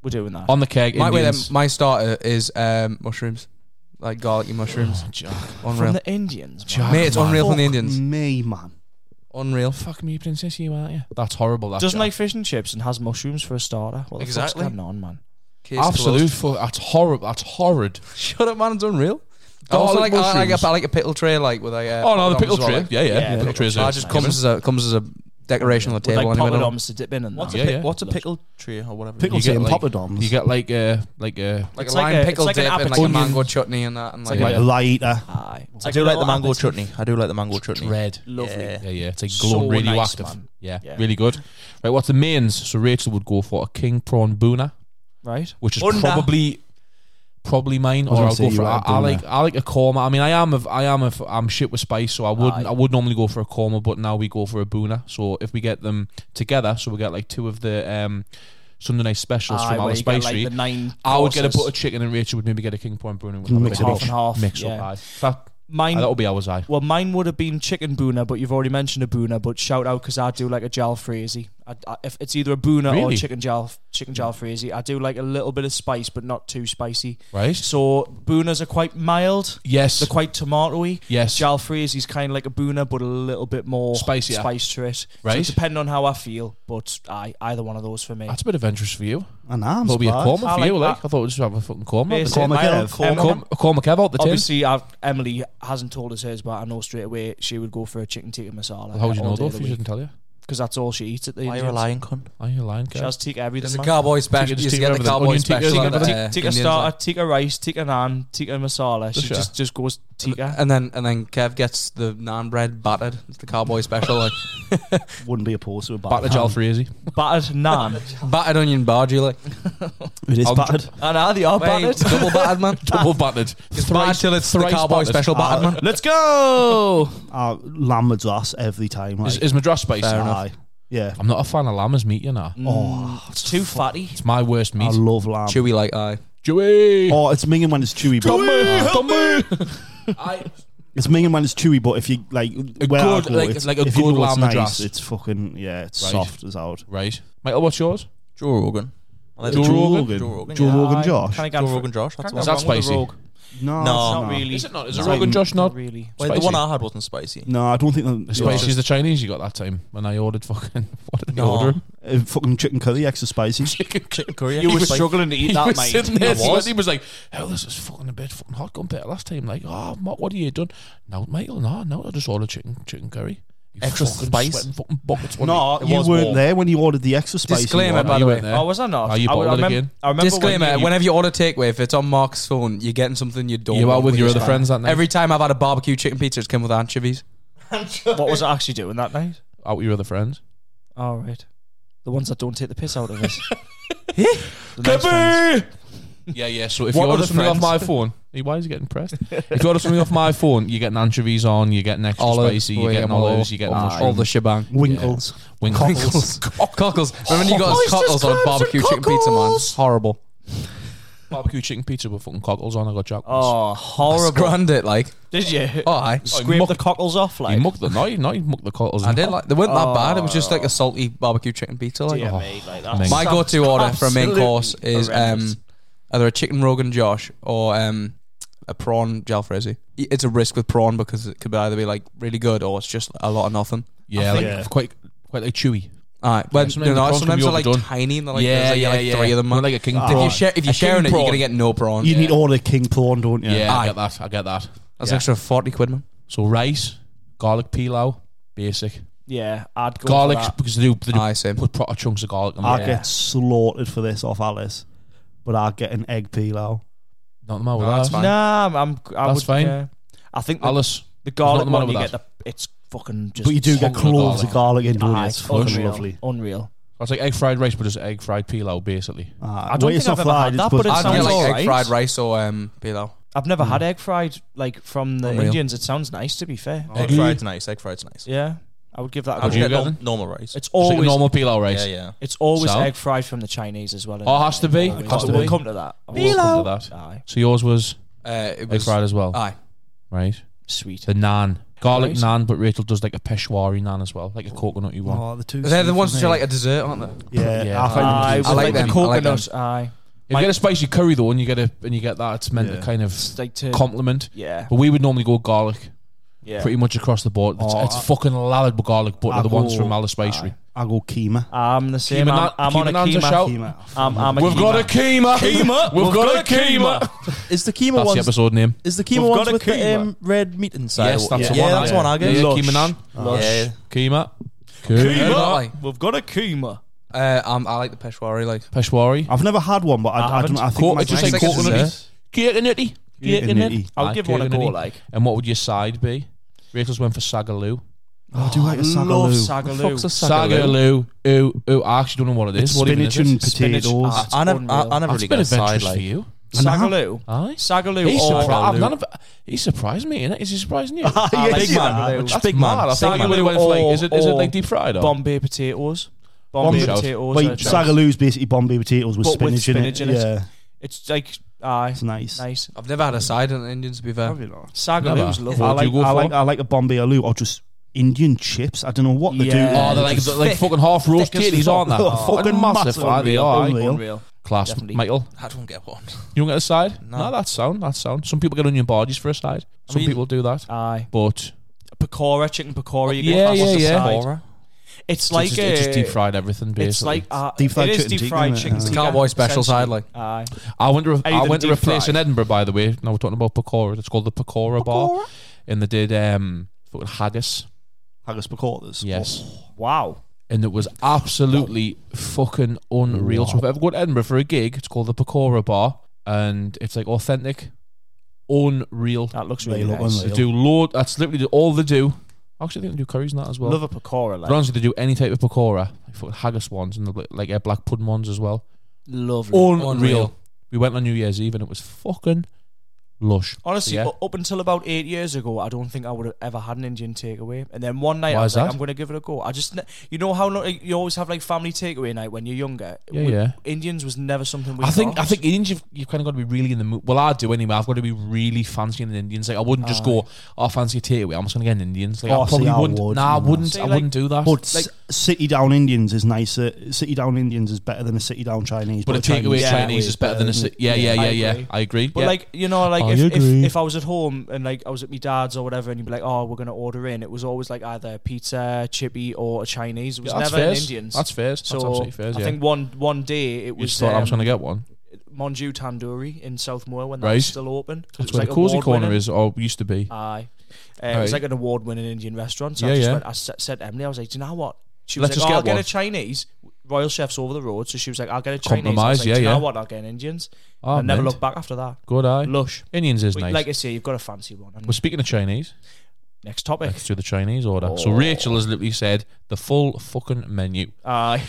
Speaker 1: We're doing that.
Speaker 2: On the keg.
Speaker 3: My, wait,
Speaker 2: Indians.
Speaker 3: um, my starter is um, mushrooms, like garlicky mushrooms.
Speaker 1: From
Speaker 3: unreal,
Speaker 1: the Indians, man.
Speaker 2: Jack,
Speaker 3: mate. It's
Speaker 2: man.
Speaker 3: unreal from the
Speaker 4: Fuck
Speaker 3: Indians.
Speaker 4: Me, man.
Speaker 3: Unreal.
Speaker 2: Fuck me, princess, you aren't you? That's horrible. That
Speaker 1: Doesn't
Speaker 2: Jack.
Speaker 1: like fish and chips and has mushrooms for a starter. What the
Speaker 3: Exactly.
Speaker 1: fuck's going on, man?
Speaker 3: Case
Speaker 2: absolute. Fu- that's horrible. That's horrid. Oh,
Speaker 3: closed. *laughs* Shut up, man. It's unreal. I
Speaker 2: Garlic
Speaker 3: also like I, like
Speaker 2: mushrooms.
Speaker 3: a, I like a pickle tray, like with a. Uh,
Speaker 2: Oh no, the
Speaker 3: poppadoms
Speaker 2: pickle
Speaker 3: as well,
Speaker 2: tray.
Speaker 3: like.
Speaker 2: Yeah, yeah.
Speaker 1: Yeah,
Speaker 2: pickle
Speaker 1: pickle
Speaker 2: trays.
Speaker 1: tray.
Speaker 2: Are
Speaker 3: Ah,
Speaker 1: Nice.
Speaker 3: it just comes as a comes as a decoration on the
Speaker 1: With,
Speaker 3: table.
Speaker 1: like
Speaker 3: anyway,
Speaker 1: poppadoms to dip in and
Speaker 5: What's
Speaker 1: that.
Speaker 5: a
Speaker 2: Yeah,
Speaker 5: pick,
Speaker 2: yeah.
Speaker 5: what's a
Speaker 1: Look.
Speaker 5: pickle tree or whatever?
Speaker 4: Pickle
Speaker 2: You
Speaker 4: tea
Speaker 2: get
Speaker 4: and
Speaker 2: like-
Speaker 4: Papa Doms.
Speaker 2: You get like uh like uh
Speaker 3: like
Speaker 1: It's like
Speaker 3: a lime
Speaker 1: a-
Speaker 3: pickle
Speaker 1: it's like an
Speaker 3: dip and like a
Speaker 1: appetizer.
Speaker 3: mango chutney and that, and like,
Speaker 4: Like,
Speaker 2: Yeah.
Speaker 4: a light eater.
Speaker 1: Aye. It's
Speaker 5: I do
Speaker 1: a
Speaker 5: like the
Speaker 1: little
Speaker 5: mango
Speaker 1: appetizer.
Speaker 5: chutney. I do like the mango chutney.
Speaker 2: red.
Speaker 1: Lovely.
Speaker 5: Yeah.
Speaker 2: Yeah, yeah. It's like
Speaker 1: So
Speaker 2: glowing, really
Speaker 1: nice,
Speaker 2: active.
Speaker 1: man.
Speaker 2: Yeah,
Speaker 1: Yeah.
Speaker 2: really good. Right, what's the mains? So Rachel would go for a king prawn boona,
Speaker 1: Right?
Speaker 2: which is
Speaker 5: Bunda.
Speaker 2: probably probably mine,
Speaker 4: I was
Speaker 1: Oh,
Speaker 2: or
Speaker 4: gonna
Speaker 2: I'll
Speaker 4: say
Speaker 2: go
Speaker 4: you
Speaker 2: for.
Speaker 4: like
Speaker 2: I, I
Speaker 4: a boona.
Speaker 2: like I like a korma. I mean, I am a I am a f- I'm shit with spice, so I wouldn't
Speaker 1: Aye.
Speaker 2: I would normally go for a korma, but now we go for a boona. So if we get them together, so we get like two of the um Sunday night specials
Speaker 1: Aye,
Speaker 2: from
Speaker 1: where
Speaker 2: our
Speaker 1: you get,
Speaker 2: spice
Speaker 1: like,
Speaker 2: tree.
Speaker 1: the nine
Speaker 2: I would get a
Speaker 1: courses.
Speaker 2: butter chicken, and Rachel would maybe get a king prawn boona. and we'd have a
Speaker 4: Mix
Speaker 2: bit
Speaker 4: it
Speaker 2: of
Speaker 4: up.
Speaker 1: half and half.
Speaker 2: Mix
Speaker 1: yeah.
Speaker 2: up, aye. That,
Speaker 1: Mine,
Speaker 2: that'll be ours, aye.
Speaker 1: well, mine would have been chicken boona, but you've already mentioned a boona. But shout out because I do like a jalfrezi. I, I, if it's either a boona or
Speaker 2: Really?
Speaker 1: chicken jal chicken jalfrezi, I do like a little bit of spice, but not too spicy.
Speaker 2: Right?
Speaker 1: So boonas are quite mild.
Speaker 2: Yes.
Speaker 1: They're quite tomatoey.
Speaker 2: yes.
Speaker 1: Jalfrezi's kind of like a boona, but a little bit more
Speaker 2: Spicier.
Speaker 1: spice to it.
Speaker 2: Right.
Speaker 1: So depending on how I feel, but I either one of those for me.
Speaker 2: That's a bit adventurous for you.
Speaker 4: And I'm
Speaker 2: That'll be a
Speaker 4: surprised.
Speaker 2: korma
Speaker 1: I
Speaker 2: for you,
Speaker 1: like
Speaker 2: like. I thought we'd just have a fucking korma.
Speaker 1: Basically,
Speaker 4: Cormac
Speaker 1: my
Speaker 4: Kev.
Speaker 1: old Cormac.
Speaker 2: Korma, korma kev out the tin.
Speaker 1: Obviously, I've, Emily hasn't told us hers, but I know straight away she would go for a chicken tikka masala.
Speaker 2: How would you
Speaker 1: all
Speaker 2: know
Speaker 1: day
Speaker 2: though
Speaker 1: of
Speaker 2: if
Speaker 1: the
Speaker 2: you
Speaker 1: week.
Speaker 2: didn't tell you?
Speaker 1: because that's all she eats at the
Speaker 5: Why are you a
Speaker 1: Indians.
Speaker 5: lion cunt?
Speaker 2: Are you a lion
Speaker 1: She
Speaker 2: cat?
Speaker 1: has tikka everything.
Speaker 3: There's a
Speaker 1: man.
Speaker 3: cowboy special.
Speaker 2: just
Speaker 3: You used
Speaker 2: take
Speaker 3: to get the
Speaker 2: over the
Speaker 3: cowboy
Speaker 2: onion tikka,
Speaker 3: special.
Speaker 2: take
Speaker 3: at,
Speaker 2: over the
Speaker 3: uh,
Speaker 1: Tikka
Speaker 3: Indians,
Speaker 1: starter,
Speaker 3: like.
Speaker 1: tikka rice, tikka naan, tikka masala.
Speaker 2: Does
Speaker 1: She
Speaker 2: she?
Speaker 1: just just
Speaker 2: *laughs*
Speaker 1: goes tikka.
Speaker 3: And then and then Kev gets the naan bread battered. It's the cowboy special, *laughs* like
Speaker 4: Wouldn't be opposed to a
Speaker 2: Back to
Speaker 4: battered
Speaker 2: Jal
Speaker 4: ham.
Speaker 2: Freezy.
Speaker 1: battered naan.
Speaker 3: battered onion bargee, like
Speaker 4: It is
Speaker 3: I'll-
Speaker 4: battered.
Speaker 1: I know they are
Speaker 3: Wait,
Speaker 1: battered.
Speaker 3: double battered man.
Speaker 2: *laughs* Double battered.
Speaker 3: It's battered till it's the cowboy special battered man.
Speaker 1: Let's go.
Speaker 4: I lamb madras every time. Like,
Speaker 2: Is, is Madras spicy?
Speaker 3: Fair enough.
Speaker 4: aye. Yeah.
Speaker 2: I'm not a fan of llama's meat, you know.
Speaker 4: Oh,
Speaker 1: Mm, it's too fatty.
Speaker 2: It's my worst
Speaker 4: I
Speaker 2: meat.
Speaker 4: love lamb.
Speaker 3: Chewy like aye.
Speaker 2: Chewy!
Speaker 4: Oh, it's minging when it's chewy, but
Speaker 2: I,
Speaker 4: it's minging when it's chewy. But if you like, where I
Speaker 2: good-
Speaker 4: go,
Speaker 2: like-
Speaker 4: it's,
Speaker 2: like a
Speaker 4: if you
Speaker 2: good
Speaker 4: know it's
Speaker 2: lamb
Speaker 4: nice,
Speaker 2: madras.
Speaker 4: It's fucking yeah, it's
Speaker 2: Right.
Speaker 4: soft as out.
Speaker 2: right. Michael, what's yours?
Speaker 5: Joe Rogan. I like
Speaker 2: Joe
Speaker 5: the-
Speaker 2: Rogan?
Speaker 5: Joe Rogan.
Speaker 4: Joe
Speaker 5: yeah.
Speaker 4: Rogan
Speaker 1: I
Speaker 4: Josh.
Speaker 1: kinda got
Speaker 5: Joe
Speaker 1: fr-
Speaker 5: Rogan Josh. That's
Speaker 1: kinda
Speaker 5: what
Speaker 2: Is
Speaker 1: got
Speaker 2: that
Speaker 1: wrong with the
Speaker 2: spicy?
Speaker 1: rogue.
Speaker 4: No,
Speaker 5: No,
Speaker 4: it's
Speaker 5: not
Speaker 1: Not really.
Speaker 2: Is it not? Is
Speaker 4: it
Speaker 2: it
Speaker 4: Rogan
Speaker 2: Rogan Josh not?
Speaker 1: really.
Speaker 5: Wait, the
Speaker 2: Spicy.
Speaker 5: one I had wasn't spicy.
Speaker 4: No, I don't think that,
Speaker 2: As spicy as the Chinese you got that time when I ordered fucking. *laughs* What did I
Speaker 5: No.
Speaker 2: order?
Speaker 4: uh, fucking chicken curry extra spicy.
Speaker 2: Chicken *laughs*
Speaker 5: Chicken
Speaker 1: *laughs*
Speaker 5: curry.
Speaker 1: You
Speaker 5: actually
Speaker 1: were
Speaker 5: spicy.
Speaker 1: struggling to eat that,
Speaker 2: was
Speaker 1: mate.
Speaker 2: sitting there,
Speaker 1: I was.
Speaker 2: He was like, "Hell, this is fucking a bit fucking hot compared to last time." Like, "Oh, Mark, what have you done?" No, Michael, no, no, I just ordered chicken chicken curry. You
Speaker 5: Extra
Speaker 2: fucking
Speaker 5: spice?
Speaker 2: sweating fucking buckets. wasn't
Speaker 4: No,
Speaker 2: you? It
Speaker 4: you
Speaker 2: was
Speaker 4: weren't
Speaker 2: warm.
Speaker 4: there when you ordered the extra spicy.
Speaker 3: Disclaimer,
Speaker 4: one.
Speaker 2: No,
Speaker 3: by
Speaker 2: you
Speaker 3: the way.
Speaker 2: weren't there.
Speaker 1: Oh, was I not?
Speaker 2: Are you
Speaker 1: I, would- I
Speaker 2: bottled
Speaker 1: remem-
Speaker 2: again?
Speaker 1: I remember
Speaker 3: Disclaimer:
Speaker 1: when you-
Speaker 3: Whenever you order takeaway, if it's on Mark's phone, you're getting something you don't.
Speaker 2: You are
Speaker 3: want
Speaker 2: with
Speaker 3: when
Speaker 2: your
Speaker 3: you
Speaker 2: other
Speaker 3: try.
Speaker 2: friends that night.
Speaker 3: Every time I've had a barbecue chicken pizza, it's come with anchovies.
Speaker 1: what was I actually doing that night?
Speaker 2: out with your other friends.
Speaker 1: All right, the ones that don't take the piss out of us. The nice ones.
Speaker 2: Clippy! Yeah, yeah. So if
Speaker 1: What
Speaker 2: you order
Speaker 1: other
Speaker 2: something off
Speaker 1: friends?
Speaker 2: my phone, Hey, *laughs* why is he getting pressed? if you order something off my phone, you get anchovies on, you get extra
Speaker 3: Olives,
Speaker 2: spicy,
Speaker 3: we
Speaker 2: you
Speaker 3: get
Speaker 2: get
Speaker 3: them all
Speaker 2: olives, you get
Speaker 3: all,
Speaker 2: mushrooms,
Speaker 3: Oh, all the shebang.
Speaker 4: Winkles.
Speaker 2: winkles.
Speaker 3: *laughs* Cockles. Remember when you got us cockles on barbecue chicken pizza, man? It's horrible.
Speaker 2: *laughs* barbecue chicken pizza with fucking cockles on. I got jack.
Speaker 1: Oh,
Speaker 3: Horrible.
Speaker 1: horrible!
Speaker 3: Scrunned it like.
Speaker 1: Did you
Speaker 3: Oh, aye.
Speaker 1: *laughs* scrape
Speaker 2: muck-
Speaker 1: the cockles off
Speaker 2: you
Speaker 1: like?
Speaker 2: mucked the no, you- no, you mucked the cockles.
Speaker 3: I did like. They weren't that
Speaker 1: Oh.
Speaker 3: bad. It was just like a salty barbecue chicken pizza. Like.
Speaker 1: Dear
Speaker 2: Oh,
Speaker 1: me, like, that
Speaker 2: mate.
Speaker 3: My
Speaker 1: sounds
Speaker 3: go-to order for a main course
Speaker 1: absolutely
Speaker 3: is um,
Speaker 1: horrendous.
Speaker 3: either a chicken Rogan Josh or um, a prawn jalfrezi. It's a risk with prawn because it could either be like really good or it's just a lot of nothing.
Speaker 2: Yeah,
Speaker 4: I
Speaker 2: like
Speaker 4: think- Yeah.
Speaker 2: quite quite like chewy.
Speaker 3: Alright, but
Speaker 2: sometimes
Speaker 3: you
Speaker 2: the
Speaker 3: know,
Speaker 2: prawns can be
Speaker 3: sometimes they're like
Speaker 2: overdone.
Speaker 3: tiny and they're like, yeah, yeah, like three of them.
Speaker 2: Not
Speaker 3: man.
Speaker 2: like a king
Speaker 4: Ah.
Speaker 3: if
Speaker 2: prawn.
Speaker 3: you share, if you're
Speaker 2: A king
Speaker 3: sharing it, you're
Speaker 2: prawn.
Speaker 3: gonna get no prawn.
Speaker 4: You
Speaker 2: Yeah.
Speaker 4: need to order king prawn, don't you?
Speaker 2: yeah, I
Speaker 3: Aye.
Speaker 2: get that. I get that.
Speaker 3: That's
Speaker 2: Yeah.
Speaker 3: extra forty quid, man.
Speaker 2: So rice, garlic pilau, basic.
Speaker 1: yeah, I'd go
Speaker 2: Garlic
Speaker 1: For that.
Speaker 2: because they do, they do
Speaker 3: Aye, same.
Speaker 2: put proper chunks of garlic. on
Speaker 4: I
Speaker 2: there.
Speaker 4: get slaughtered for this off Alice, but I get an egg pilau.
Speaker 2: Not the matter with
Speaker 3: No, that's
Speaker 2: that.
Speaker 3: fine.
Speaker 1: Nah, I'm. I'm I
Speaker 2: That's
Speaker 1: would,
Speaker 2: fine.
Speaker 1: yeah. I think the,
Speaker 2: Alice,
Speaker 1: the garlic
Speaker 2: nothing wrong
Speaker 1: one you
Speaker 2: with
Speaker 1: get the it's fucking just.
Speaker 4: but you do get
Speaker 2: hunk of
Speaker 4: cloves of garlic in doing it. Ah, It's
Speaker 1: Aye,
Speaker 4: fucking
Speaker 1: unreal,
Speaker 4: lovely.
Speaker 1: Unreal.
Speaker 2: it's like egg fried rice, but it's egg fried pilau, basically.
Speaker 4: Aye.
Speaker 1: I don't
Speaker 4: Uh, Well, it's
Speaker 1: think I've
Speaker 4: not
Speaker 1: ever had
Speaker 4: fried, it's
Speaker 1: that, but it
Speaker 3: I'd
Speaker 1: sounds
Speaker 3: get like
Speaker 1: alright.
Speaker 3: egg fried rice or um, pilau.
Speaker 1: I've never
Speaker 2: Mm.
Speaker 1: had egg fried like from the
Speaker 3: Unreal.
Speaker 1: Indians. It sounds nice to be fair.
Speaker 5: Egg fried's nice. Egg fried's nice.
Speaker 1: Yeah, I would give that.
Speaker 5: I
Speaker 1: A
Speaker 2: Would
Speaker 5: just
Speaker 1: go.
Speaker 2: Oh. you get
Speaker 5: get nor-
Speaker 2: them?
Speaker 5: normal rice.
Speaker 1: It's
Speaker 2: Just like
Speaker 1: always
Speaker 2: normal pilau rice.
Speaker 5: Yeah, yeah.
Speaker 1: it's always
Speaker 2: So?
Speaker 1: egg fried from the Chinese as well.
Speaker 2: Oh, has to be.
Speaker 1: Always.
Speaker 2: Has to
Speaker 1: we'll
Speaker 2: be.
Speaker 1: come to that.
Speaker 2: We'll come to that.
Speaker 1: Aye,
Speaker 2: So yours was
Speaker 3: Uh, it
Speaker 2: egg
Speaker 3: was
Speaker 2: fried as well,
Speaker 3: aye.
Speaker 2: right?
Speaker 1: sweet.
Speaker 2: The naan, garlic
Speaker 1: Right.
Speaker 2: naan, but Rachel does like a Peshwari naan as well, like a coconutty one.
Speaker 4: Oh, the two.
Speaker 3: They're the
Speaker 4: sweet
Speaker 3: ones
Speaker 4: for
Speaker 3: which are
Speaker 4: me.
Speaker 3: like a dessert, aren't they?
Speaker 4: Yeah,
Speaker 2: Yeah.
Speaker 4: I find them
Speaker 1: Aye,
Speaker 4: too
Speaker 1: with,
Speaker 3: I
Speaker 4: sweet.
Speaker 3: like
Speaker 1: the
Speaker 3: them, I like
Speaker 1: coconut. aye,
Speaker 2: If you get a spicy curry though, and you get a and you get that, it's meant
Speaker 4: Yeah.
Speaker 2: to kind of
Speaker 1: it's like to
Speaker 2: compliment.
Speaker 1: yeah,
Speaker 2: But we would normally go garlic,
Speaker 1: yeah.
Speaker 2: pretty much across the board. It's,
Speaker 4: Oh,
Speaker 2: it's
Speaker 4: I-
Speaker 2: fucking lalad with garlic butter,
Speaker 4: I
Speaker 2: the ones
Speaker 4: go-
Speaker 2: from Alice Spicery.
Speaker 4: I go keema.
Speaker 1: I'm the same. I'm,
Speaker 2: Keema
Speaker 1: I'm on a
Speaker 2: naan- Keema naan's a
Speaker 1: keema.
Speaker 3: Oh.
Speaker 2: shout.
Speaker 4: Keema.
Speaker 1: I'm, I'm a
Speaker 2: We've
Speaker 1: keema.
Speaker 2: got a keema.
Speaker 5: Keema.
Speaker 2: We've, got, a keema.
Speaker 5: Is the keema
Speaker 2: That's the
Speaker 5: one?
Speaker 2: episode name.
Speaker 5: Is the keema
Speaker 1: We've
Speaker 5: ones
Speaker 1: got a
Speaker 5: with the
Speaker 1: keema.
Speaker 5: um, red meat inside?
Speaker 2: Yes, that's
Speaker 5: yeah.
Speaker 2: the
Speaker 5: Yeah,
Speaker 2: one I
Speaker 5: that's the one I
Speaker 2: Yeah,
Speaker 5: get.
Speaker 2: yeah,
Speaker 5: Lush.
Speaker 2: keema naan.
Speaker 5: Yeah.
Speaker 2: Keema.
Speaker 3: Keema.
Speaker 1: We've got a keema.
Speaker 3: Uh, um, I like the peshwari. Like
Speaker 2: Peshwari.
Speaker 4: I've never had one, but
Speaker 1: I
Speaker 4: I, I,
Speaker 1: haven't.
Speaker 4: don't. I think
Speaker 2: Co-
Speaker 4: my
Speaker 2: it's just
Speaker 4: friend-
Speaker 2: like
Speaker 3: Six is
Speaker 2: coconutty. Coconutty.
Speaker 4: Yeah,
Speaker 2: Coconutty.
Speaker 4: nutty.
Speaker 1: I'll
Speaker 2: Aye,
Speaker 1: give one a go.
Speaker 2: coconutty.
Speaker 1: Like
Speaker 2: And what would your side be? Rachel's went for Sagaloo.
Speaker 4: Oh, I do like a
Speaker 1: love
Speaker 4: sagaloo.
Speaker 1: sagaloo.
Speaker 2: Sagaloo. Ooh, ooh. I actually don't know what it is.
Speaker 4: It's
Speaker 2: What even is
Speaker 4: spinach and
Speaker 2: it?
Speaker 1: Spinach.
Speaker 4: potatoes.
Speaker 1: Ah, it's
Speaker 5: I never, I,
Speaker 1: unreal.
Speaker 5: I never
Speaker 2: That's
Speaker 5: really
Speaker 2: a bit
Speaker 5: got a side
Speaker 2: adventurous for
Speaker 5: like.
Speaker 2: you.
Speaker 1: Sagaloo.
Speaker 2: Aye. He,
Speaker 1: Sagaloo Oh,
Speaker 2: surprised,
Speaker 1: or
Speaker 2: I've none of, he surprised me, innit? Is he surprising you?
Speaker 1: I like
Speaker 4: *laughs* yeah,
Speaker 1: sagaloo.
Speaker 2: That's big man. I thought you
Speaker 1: Sagaloo
Speaker 2: would have went for like, is it, is it
Speaker 1: or-
Speaker 2: like deep fried or?
Speaker 1: Bombay potatoes. Bombay
Speaker 2: Bombay-
Speaker 1: potatoes.
Speaker 4: Wait,
Speaker 1: are just-
Speaker 4: sagaloo's basically Bombay potatoes with
Speaker 1: But
Speaker 4: spinach,
Speaker 1: with spinach
Speaker 4: in
Speaker 1: in
Speaker 4: it.
Speaker 1: it.
Speaker 4: Yeah,
Speaker 1: It's like aye,
Speaker 4: it's nice.
Speaker 1: nice.
Speaker 3: I've never had a side in the Indians. To be fair,
Speaker 4: not.
Speaker 1: Sagaloo's
Speaker 2: Never.
Speaker 1: lovely.
Speaker 2: What
Speaker 4: I
Speaker 2: do you
Speaker 4: like,
Speaker 2: go
Speaker 4: I
Speaker 2: for?
Speaker 4: like, I like a Bombay aloo or just Indian chips. I don't know what they
Speaker 1: Yeah.
Speaker 4: do.
Speaker 2: Oh, they're like,
Speaker 4: Just
Speaker 2: they're like
Speaker 4: thick.
Speaker 2: fucking half roast
Speaker 4: thick as
Speaker 2: titties, aren't they?
Speaker 4: fuck.
Speaker 2: Oh,
Speaker 4: Fucking massive.
Speaker 2: aye, they are. aye.
Speaker 4: Unreal.
Speaker 1: Unreal.
Speaker 2: Class,
Speaker 1: Definitely.
Speaker 2: Michael.
Speaker 3: I don't get one.
Speaker 2: You don't get a side?
Speaker 3: No.
Speaker 2: that's sound. That's sound. Some people get onion barges for a side. Some
Speaker 5: mean-
Speaker 2: people do that.
Speaker 1: Aye,
Speaker 2: But
Speaker 1: pakora, chicken pakora. You
Speaker 2: Yeah,
Speaker 1: get
Speaker 2: yeah, yeah.
Speaker 1: It's
Speaker 2: like
Speaker 1: like
Speaker 2: it's just, it's just
Speaker 1: a-
Speaker 2: deep fried everything. Basically,
Speaker 1: It's like uh,
Speaker 4: Deep fried
Speaker 1: it is
Speaker 4: chicken
Speaker 1: deep
Speaker 4: tikka,
Speaker 1: fried
Speaker 4: isn't it?
Speaker 1: chicken.
Speaker 4: It's
Speaker 1: tikka,
Speaker 3: cowboy special
Speaker 1: essentially.
Speaker 3: side, like.
Speaker 1: Aye.
Speaker 2: I went to a, I
Speaker 1: Anything
Speaker 2: went to a
Speaker 1: deep
Speaker 2: place
Speaker 1: fried.
Speaker 2: in Edinburgh, by the way. Now we're talking about pakora. It's called the pakora, bar, and they did um fucking haggis.
Speaker 4: Haggis pakoras.
Speaker 2: Yes,
Speaker 1: Wow.
Speaker 2: and it was absolutely fucking unreal. So if I ever go to Edinburgh for a gig, it's called the Pecora Bar, and it's like authentic, unreal.
Speaker 1: That looks
Speaker 4: They
Speaker 1: really
Speaker 4: look
Speaker 1: nice.
Speaker 4: unreal.
Speaker 2: They do load. That's literally all they do. Actually, I think they do curries and that as well.
Speaker 1: Love a pakora, like.
Speaker 2: Honestly, they do any type of pakora, like fucking haggis ones and the, like uh, black pudding ones as well.
Speaker 1: Lovely.
Speaker 2: Unreal.
Speaker 3: Unreal.
Speaker 2: We went on New Year's Eve and it was fucking lush.
Speaker 1: Honestly,
Speaker 2: Yeah.
Speaker 1: u- up until about eight years ago, I don't think I would have ever had an Indian takeaway. And then one night,
Speaker 2: Why
Speaker 1: I
Speaker 2: is
Speaker 1: was like,
Speaker 2: that?
Speaker 1: I'm going to give it a go. I just, ne- you know how no- you always have like family takeaway night when you're younger.
Speaker 2: Yeah,
Speaker 1: We-
Speaker 2: yeah.
Speaker 1: Indians was never something we.
Speaker 2: I think I
Speaker 1: got.
Speaker 2: think Indians you've, you've kind of got to be really in the mood. Well, I do anyway. I've got to be really fancying the Indians. Like I wouldn't just go, "Oh, I fancy a takeaway." I'm just gonna get an Indians. Like
Speaker 4: Oh,
Speaker 2: I
Speaker 4: see,
Speaker 2: probably
Speaker 4: I
Speaker 2: wouldn't.
Speaker 4: would,
Speaker 2: nah, I
Speaker 4: nah.
Speaker 2: wouldn't.
Speaker 1: See,
Speaker 2: I
Speaker 1: like-
Speaker 2: wouldn't do that.
Speaker 4: But s- city down Indians is nicer. City down Indians is better than a city down Chinese.
Speaker 2: but a takeaway
Speaker 1: yeah,
Speaker 2: Chinese is better than a. si- Yeah, yeah,
Speaker 1: I
Speaker 2: yeah, yeah.
Speaker 1: agree.
Speaker 2: I agree.
Speaker 1: But
Speaker 2: Yeah.
Speaker 1: like you know, like
Speaker 2: I
Speaker 1: if, if
Speaker 2: agree.
Speaker 1: if I was at home and like I was at my dad's or whatever, and you'd be like, "Oh, we're gonna order in," it was always like either pizza, chippy, or a Chinese. It was
Speaker 2: Yeah, that's
Speaker 1: never
Speaker 2: fair.
Speaker 1: an Indians.
Speaker 2: That's fair. That's
Speaker 1: so
Speaker 2: absolutely fair.
Speaker 1: I
Speaker 2: yeah.
Speaker 1: think one one day it
Speaker 2: you just
Speaker 1: was
Speaker 2: thought I
Speaker 1: um,
Speaker 2: was gonna get one.
Speaker 1: Monju Tandoori in Southmore when that
Speaker 2: Right.
Speaker 1: was still open.
Speaker 2: That's
Speaker 1: It was
Speaker 2: where
Speaker 1: like
Speaker 2: the cozy corner
Speaker 1: award-winning.
Speaker 2: is, or used to be.
Speaker 1: Aye. Uh, It was
Speaker 2: Right.
Speaker 1: like an award winning Indian restaurant. So
Speaker 2: Yeah,
Speaker 1: I just
Speaker 2: yeah.
Speaker 1: went, I s- said to Emily, I was like, do you know what? She was
Speaker 2: Let's
Speaker 1: like,
Speaker 2: just
Speaker 1: oh,
Speaker 2: get
Speaker 1: I'll get
Speaker 2: one."
Speaker 1: a Chinese. Royal Chef's over the road. So she was like, I'll get a Chinese. I
Speaker 2: Compromise,
Speaker 1: was like,
Speaker 2: yeah,
Speaker 1: do you
Speaker 2: yeah.
Speaker 1: know what? I'll get an Indian's.
Speaker 2: Oh,
Speaker 1: I never
Speaker 2: mint.
Speaker 1: looked back after that.
Speaker 2: Good eye.
Speaker 1: Lush.
Speaker 2: Indians is
Speaker 1: But
Speaker 2: nice.
Speaker 1: Like I say, you've got a fancy one. And
Speaker 2: We're speaking of Chinese.
Speaker 1: next topic.
Speaker 2: Let's do the Chinese order.
Speaker 1: Oh.
Speaker 2: So Rachel has literally said the full fucking menu.
Speaker 1: Aye.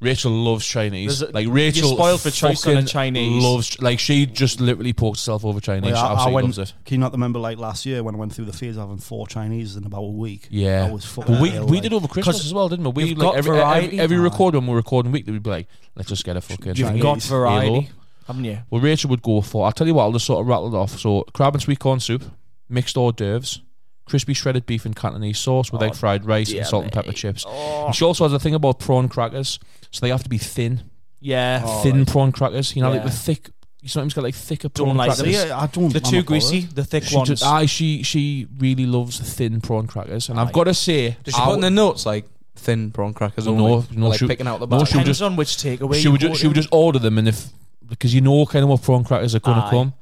Speaker 2: Rachel loves Chinese.
Speaker 1: There's a-
Speaker 2: like Rachel,
Speaker 1: you're spoiled for choice on a
Speaker 2: fucking
Speaker 1: Chinese.
Speaker 2: Loves like she just literally pokes herself over Chinese.
Speaker 4: Yeah,
Speaker 2: she
Speaker 4: I- I
Speaker 2: absolutely
Speaker 4: went-
Speaker 2: loves it.
Speaker 4: Can you not remember like last year when I went through the phase of having four Chinese in about a week?
Speaker 2: Yeah,
Speaker 4: I was fucking.
Speaker 2: but we
Speaker 4: ill,
Speaker 2: we
Speaker 4: like.
Speaker 2: did over Christmas as well, didn't we? We
Speaker 1: you've
Speaker 2: like
Speaker 1: got
Speaker 2: every, every
Speaker 1: variety.
Speaker 2: every record when we we're recording weekly, we'd be like, let's just get a fucking.
Speaker 4: You've
Speaker 1: You've
Speaker 2: Chinese.
Speaker 1: got
Speaker 4: Chinese.
Speaker 1: variety,
Speaker 2: Hello.
Speaker 1: haven't you?
Speaker 2: Well, Rachel would go for. I'll tell you what. I'll just sort of rattle it off. So crab and sweet corn soup, mixed hors d'oeuvres, crispy shredded beef and Cantonese sauce with
Speaker 1: Oh,
Speaker 2: egg fried rice and salt and pepper chips. And she also has a thing about prawn crackers, so they have to be thin,
Speaker 1: Yeah.
Speaker 2: thin prawn crackers. You know, like
Speaker 1: Oh, Yeah.
Speaker 2: the thick. You sometimes get like thicker
Speaker 1: Don't
Speaker 2: prawn
Speaker 1: like
Speaker 2: crackers.
Speaker 1: them.
Speaker 4: So, yeah, I don't.
Speaker 1: The too
Speaker 4: I'm not bothered.
Speaker 1: greasy, the thick
Speaker 2: She
Speaker 1: ones.
Speaker 2: just, ah, aye, she she really loves thin prawn crackers, and I've got to say,
Speaker 3: Does she
Speaker 2: I
Speaker 3: put in the
Speaker 2: w-
Speaker 3: notes like thin prawn crackers?
Speaker 2: No,
Speaker 3: only?
Speaker 2: no,
Speaker 3: Or, like
Speaker 2: she-
Speaker 3: picking out the
Speaker 2: no,
Speaker 3: bag.
Speaker 2: she would
Speaker 1: Depends
Speaker 2: just-
Speaker 1: on which takeaway.
Speaker 2: she
Speaker 1: you
Speaker 2: would just,
Speaker 1: go
Speaker 2: she would
Speaker 1: to.
Speaker 2: just order them, and if because you know kind of what prawn crackers are going to
Speaker 1: Aye.
Speaker 2: come,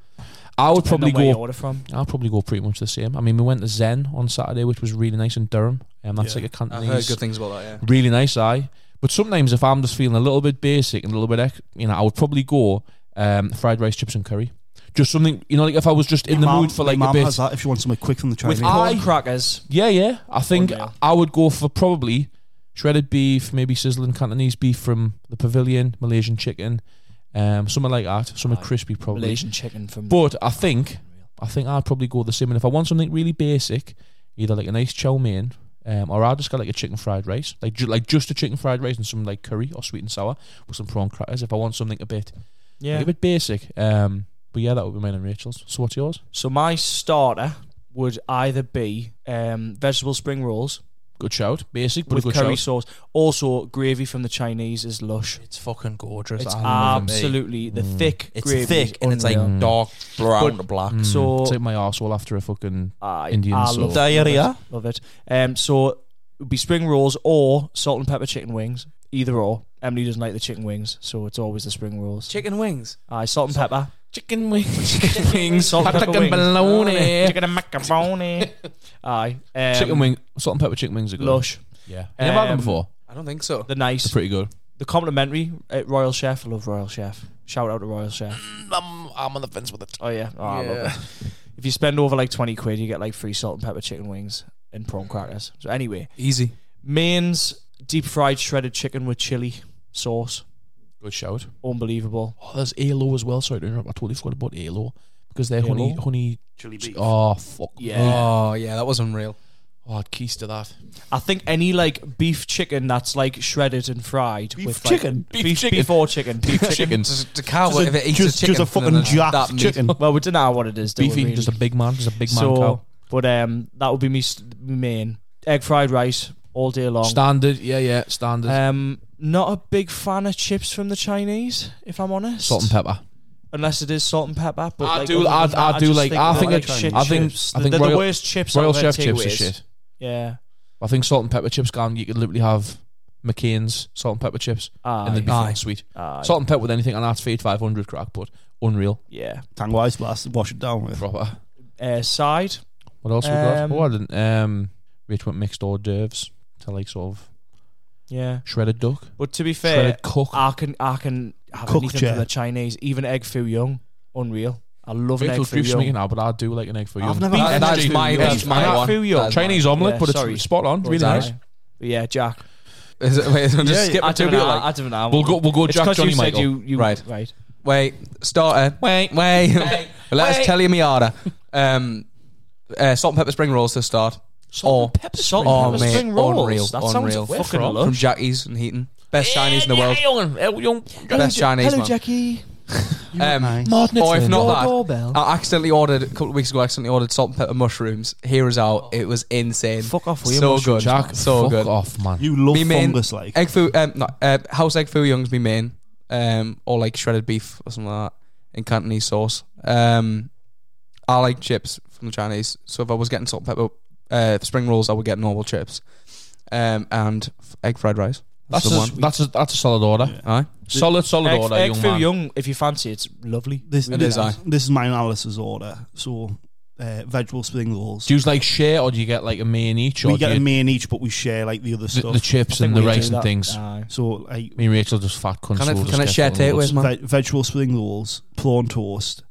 Speaker 2: I would
Speaker 1: Depending on
Speaker 2: probably
Speaker 1: where you
Speaker 2: go.
Speaker 1: order from.
Speaker 2: I'll probably go pretty much the same. I mean, we went to Zen on Saturday, which was really nice in Durham, and that's
Speaker 4: Yeah.
Speaker 2: like a
Speaker 3: I've heard
Speaker 2: Cantonese,
Speaker 3: good things about that. Yeah.
Speaker 2: really nice aye. But sometimes if I'm just feeling a little bit basic and a little bit, ex- you know, I would probably go um, fried rice, chips, and curry. Just something, you know, like if I was just in the
Speaker 4: My mum-
Speaker 2: mood for like
Speaker 4: my
Speaker 2: a
Speaker 4: mum
Speaker 2: bit.
Speaker 4: has that if she wants something quick from the Chinese.
Speaker 1: With corn crackers.
Speaker 2: Yeah, yeah. I think
Speaker 1: Unreal.
Speaker 2: I would go for probably shredded beef, maybe sizzling Cantonese beef from the pavilion, Malaysian chicken, um, something like that. Something
Speaker 1: Aye.
Speaker 2: crispy, probably.
Speaker 1: Malaysian chicken from.
Speaker 2: But I think I think I'd probably go the same. And if I want something really basic, either like a nice chow mein, um, or I'll just get like a chicken fried rice, like ju- like just a chicken fried rice and some like curry or sweet and sour with some prawn crackers. If I want something a bit
Speaker 1: yeah.
Speaker 2: a bit basic, um, but yeah, that would be mine and Rachel's. So what's yours?
Speaker 1: So my starter would either be um, vegetable spring rolls
Speaker 2: Good shout, basic but a
Speaker 1: with
Speaker 2: good
Speaker 1: curry sauce.
Speaker 2: shout.
Speaker 1: Also, gravy from Chinese is lush.
Speaker 3: It's fucking gorgeous.
Speaker 1: It's
Speaker 3: I love it.
Speaker 1: absolutely the
Speaker 2: Mm.
Speaker 1: thick
Speaker 3: It's
Speaker 1: gravy.
Speaker 3: thick
Speaker 1: is
Speaker 3: and it's
Speaker 1: unreal.
Speaker 3: like
Speaker 2: unreal.
Speaker 3: dark brown
Speaker 1: But-
Speaker 3: to black.
Speaker 2: Mm,
Speaker 1: So-
Speaker 2: take my arsehole after a fucking
Speaker 1: I,
Speaker 2: Mm. Indian
Speaker 1: I
Speaker 2: sauce.
Speaker 1: love,
Speaker 3: Diarrhea?
Speaker 1: Love it. Um, so it would be spring rolls or salt and pepper chicken wings. Either or. Emily doesn't like the chicken wings, so it's always the spring rolls.
Speaker 3: Chicken wings.
Speaker 1: Aye, salt and pepper.
Speaker 2: chicken wings, chicken *laughs* wings,
Speaker 1: Salt and pepper wings. *laughs*
Speaker 2: bologna,
Speaker 1: Chicken and
Speaker 2: *laughs*
Speaker 1: macaroni. Aye. Um,
Speaker 2: chicken wing, salt and pepper chicken wings are good.
Speaker 1: Lush.
Speaker 2: Yeah, you never had them
Speaker 1: Um,
Speaker 2: before.
Speaker 3: I don't think so.
Speaker 1: The nice.
Speaker 2: They're pretty good.
Speaker 1: the complimentary at Royal Chef. I love Royal Chef. Shout out to Royal Chef.
Speaker 2: I'm, I'm on the fence with it.
Speaker 1: Oh yeah, oh, I
Speaker 3: Yeah.
Speaker 1: love it. If you spend over like twenty quid, you get like free salt and pepper chicken wings and prawn crackers. So anyway,
Speaker 3: Easy.
Speaker 1: mains deep fried shredded chicken with chili sauce,
Speaker 2: Good shout.
Speaker 1: unbelievable.
Speaker 2: Oh, there's ALO as well. Sorry to interrupt. I totally forgot about ALO because they're honey,
Speaker 1: ALO?
Speaker 2: honey.
Speaker 4: chili
Speaker 2: Oh fuck.
Speaker 1: Yeah.
Speaker 3: Oh yeah, that was unreal.
Speaker 2: Oh, I had keys to that.
Speaker 1: I think any like beef chicken that's like shredded and fried
Speaker 4: Beef
Speaker 1: with like,
Speaker 4: chicken?
Speaker 1: beef, beef chicken, before chicken, beef
Speaker 3: *laughs*
Speaker 1: chicken.
Speaker 3: Does the cow
Speaker 4: Just a-
Speaker 3: if it eats
Speaker 4: just-
Speaker 3: a chicken?
Speaker 4: just a fucking
Speaker 3: then that-
Speaker 4: jacked
Speaker 3: that meat-
Speaker 4: chicken.
Speaker 1: well, we don't know what it is. do we,
Speaker 2: Beefy,
Speaker 1: really?
Speaker 2: just a big man, just a big man
Speaker 1: so,
Speaker 2: cow.
Speaker 1: but um, that would be me st- main egg fried rice all day long.
Speaker 2: Standard, yeah, yeah, standard.
Speaker 1: Um, not a big fan of chips from the Chinese, if I'm honest.
Speaker 2: salt and pepper.
Speaker 1: Unless it is salt and pepper. But
Speaker 2: I
Speaker 1: like,
Speaker 2: do-
Speaker 1: other than
Speaker 2: I-
Speaker 1: that,
Speaker 2: I do
Speaker 1: just
Speaker 2: like-
Speaker 1: think
Speaker 2: I
Speaker 1: they're
Speaker 2: think
Speaker 1: like
Speaker 2: it's-
Speaker 1: shit
Speaker 2: I think-
Speaker 1: chips.
Speaker 2: I think
Speaker 1: they're
Speaker 2: Royal-
Speaker 1: the worst chips. out
Speaker 2: Royal
Speaker 1: there,
Speaker 2: Chef chips is
Speaker 1: takeaways.
Speaker 2: shit.
Speaker 1: Yeah.
Speaker 2: I think salt and pepper chips gone. You could literally have McCain's salt and pepper chips, and they'd be
Speaker 1: Aye.
Speaker 2: fucking sweet.
Speaker 1: Aye.
Speaker 2: Salt and pepper with anything, and that's feed 500 crack, but unreal.
Speaker 1: Yeah.
Speaker 4: Tang Wise Blast, wash it down with.
Speaker 2: Proper.
Speaker 1: Uh, side.
Speaker 2: What else we got?
Speaker 1: Um,
Speaker 2: Oh, I didn't. Um, Rich went mixed hors d'oeuvres to like sort of
Speaker 1: Yeah,
Speaker 2: shredded duck,
Speaker 1: but to be fair,
Speaker 2: shredded cook.
Speaker 1: I can I can have
Speaker 4: Cooked,
Speaker 1: anything
Speaker 4: yeah.
Speaker 1: for the Chinese, even egg foo young, unreal. I love an egg
Speaker 2: Rachel's
Speaker 1: foo
Speaker 2: Group's making
Speaker 1: young.
Speaker 2: now, but I do like an egg for you.
Speaker 4: I've never had
Speaker 3: That-
Speaker 4: an
Speaker 3: that's
Speaker 4: egg
Speaker 3: my-
Speaker 4: foo
Speaker 3: that's
Speaker 4: young.
Speaker 3: my
Speaker 1: Egg
Speaker 3: one.
Speaker 1: foo young.
Speaker 3: That's
Speaker 2: Chinese omelette,
Speaker 1: Yeah,
Speaker 2: but
Speaker 1: sorry.
Speaker 2: it's spot on.
Speaker 1: But
Speaker 2: Really
Speaker 1: it's all
Speaker 2: nice.
Speaker 1: right. Yeah, Jack.
Speaker 3: mine. Is it, wait, is it just
Speaker 4: Yeah,
Speaker 3: skip
Speaker 1: I
Speaker 3: it to
Speaker 1: don't
Speaker 3: be
Speaker 1: know.
Speaker 3: like,
Speaker 1: I don't know.
Speaker 2: We'll go. We'll go.
Speaker 1: It's
Speaker 2: Jack
Speaker 1: 'cause
Speaker 2: Johnny
Speaker 1: you said
Speaker 2: Michael.
Speaker 1: you, you
Speaker 3: Right.
Speaker 1: right.
Speaker 3: wait, starter, wait, wait. Let us tell you me order. Um, uh, salt and pepper spring rolls to start
Speaker 2: Salt and
Speaker 3: Oh,
Speaker 2: pepper
Speaker 1: Salt
Speaker 2: spring.
Speaker 1: and
Speaker 3: Oh,
Speaker 1: pepper
Speaker 3: mate,
Speaker 1: spring rolls.
Speaker 3: unreal,
Speaker 1: that
Speaker 3: unreal.
Speaker 1: sounds
Speaker 2: Where
Speaker 1: fucking
Speaker 2: from?
Speaker 3: from
Speaker 1: lush.
Speaker 3: Jackie's and Heaton. Best Chinese in the world.
Speaker 1: Hello,
Speaker 3: Best
Speaker 1: Ja-
Speaker 3: Chinese
Speaker 1: Hello,
Speaker 3: man.
Speaker 1: Jackie.
Speaker 3: Um, Or if not that, I accidentally ordered a couple of weeks ago. I accidentally ordered salt and pepper mushrooms. Here is out. It was insane.
Speaker 1: Fuck off with your
Speaker 3: so
Speaker 1: mushrooms,
Speaker 3: good,
Speaker 2: Jack,
Speaker 3: so
Speaker 2: fuck
Speaker 3: good.
Speaker 2: off, man.
Speaker 4: You love
Speaker 3: Me main-
Speaker 4: fungus, like.
Speaker 3: Egg foo, um, no, uh, house egg foo young's me main, um, or like shredded beef or something like that in Cantonese sauce. Um, I like chips from the Chinese, so if I was getting salt and pepper uh, spring rolls, I would get normal chips, um, and f- egg fried rice.
Speaker 2: That's
Speaker 3: the
Speaker 2: a,
Speaker 3: one.
Speaker 2: that's a, that's a solid order.
Speaker 4: Yeah.
Speaker 3: Aye.
Speaker 2: Solid, solid
Speaker 1: Egg,
Speaker 2: order,
Speaker 1: egg
Speaker 2: young
Speaker 1: foo
Speaker 2: man.
Speaker 1: young. If you fancy, it's lovely.
Speaker 4: This,
Speaker 3: It
Speaker 4: this,
Speaker 3: is, aye.
Speaker 4: this is my analysis order. So, uh, vegetable spring rolls.
Speaker 2: Do you like share, or do you get like a main each, or
Speaker 4: we
Speaker 2: do
Speaker 4: get
Speaker 2: you,
Speaker 4: a main each, but we share like the other
Speaker 2: the,
Speaker 4: stuff.
Speaker 2: the chips
Speaker 1: I
Speaker 2: and
Speaker 1: think
Speaker 2: the
Speaker 1: we
Speaker 2: rice
Speaker 1: do
Speaker 2: and
Speaker 1: that.
Speaker 2: things?
Speaker 1: Aye.
Speaker 4: so, like
Speaker 2: Me and Rachel just fat cunts.
Speaker 3: Can I
Speaker 2: so we'll
Speaker 3: can I
Speaker 2: just
Speaker 3: share
Speaker 2: get full of
Speaker 3: takeaways,
Speaker 2: loads.
Speaker 3: man?
Speaker 4: ve- vegetable spring rolls, prawn toast,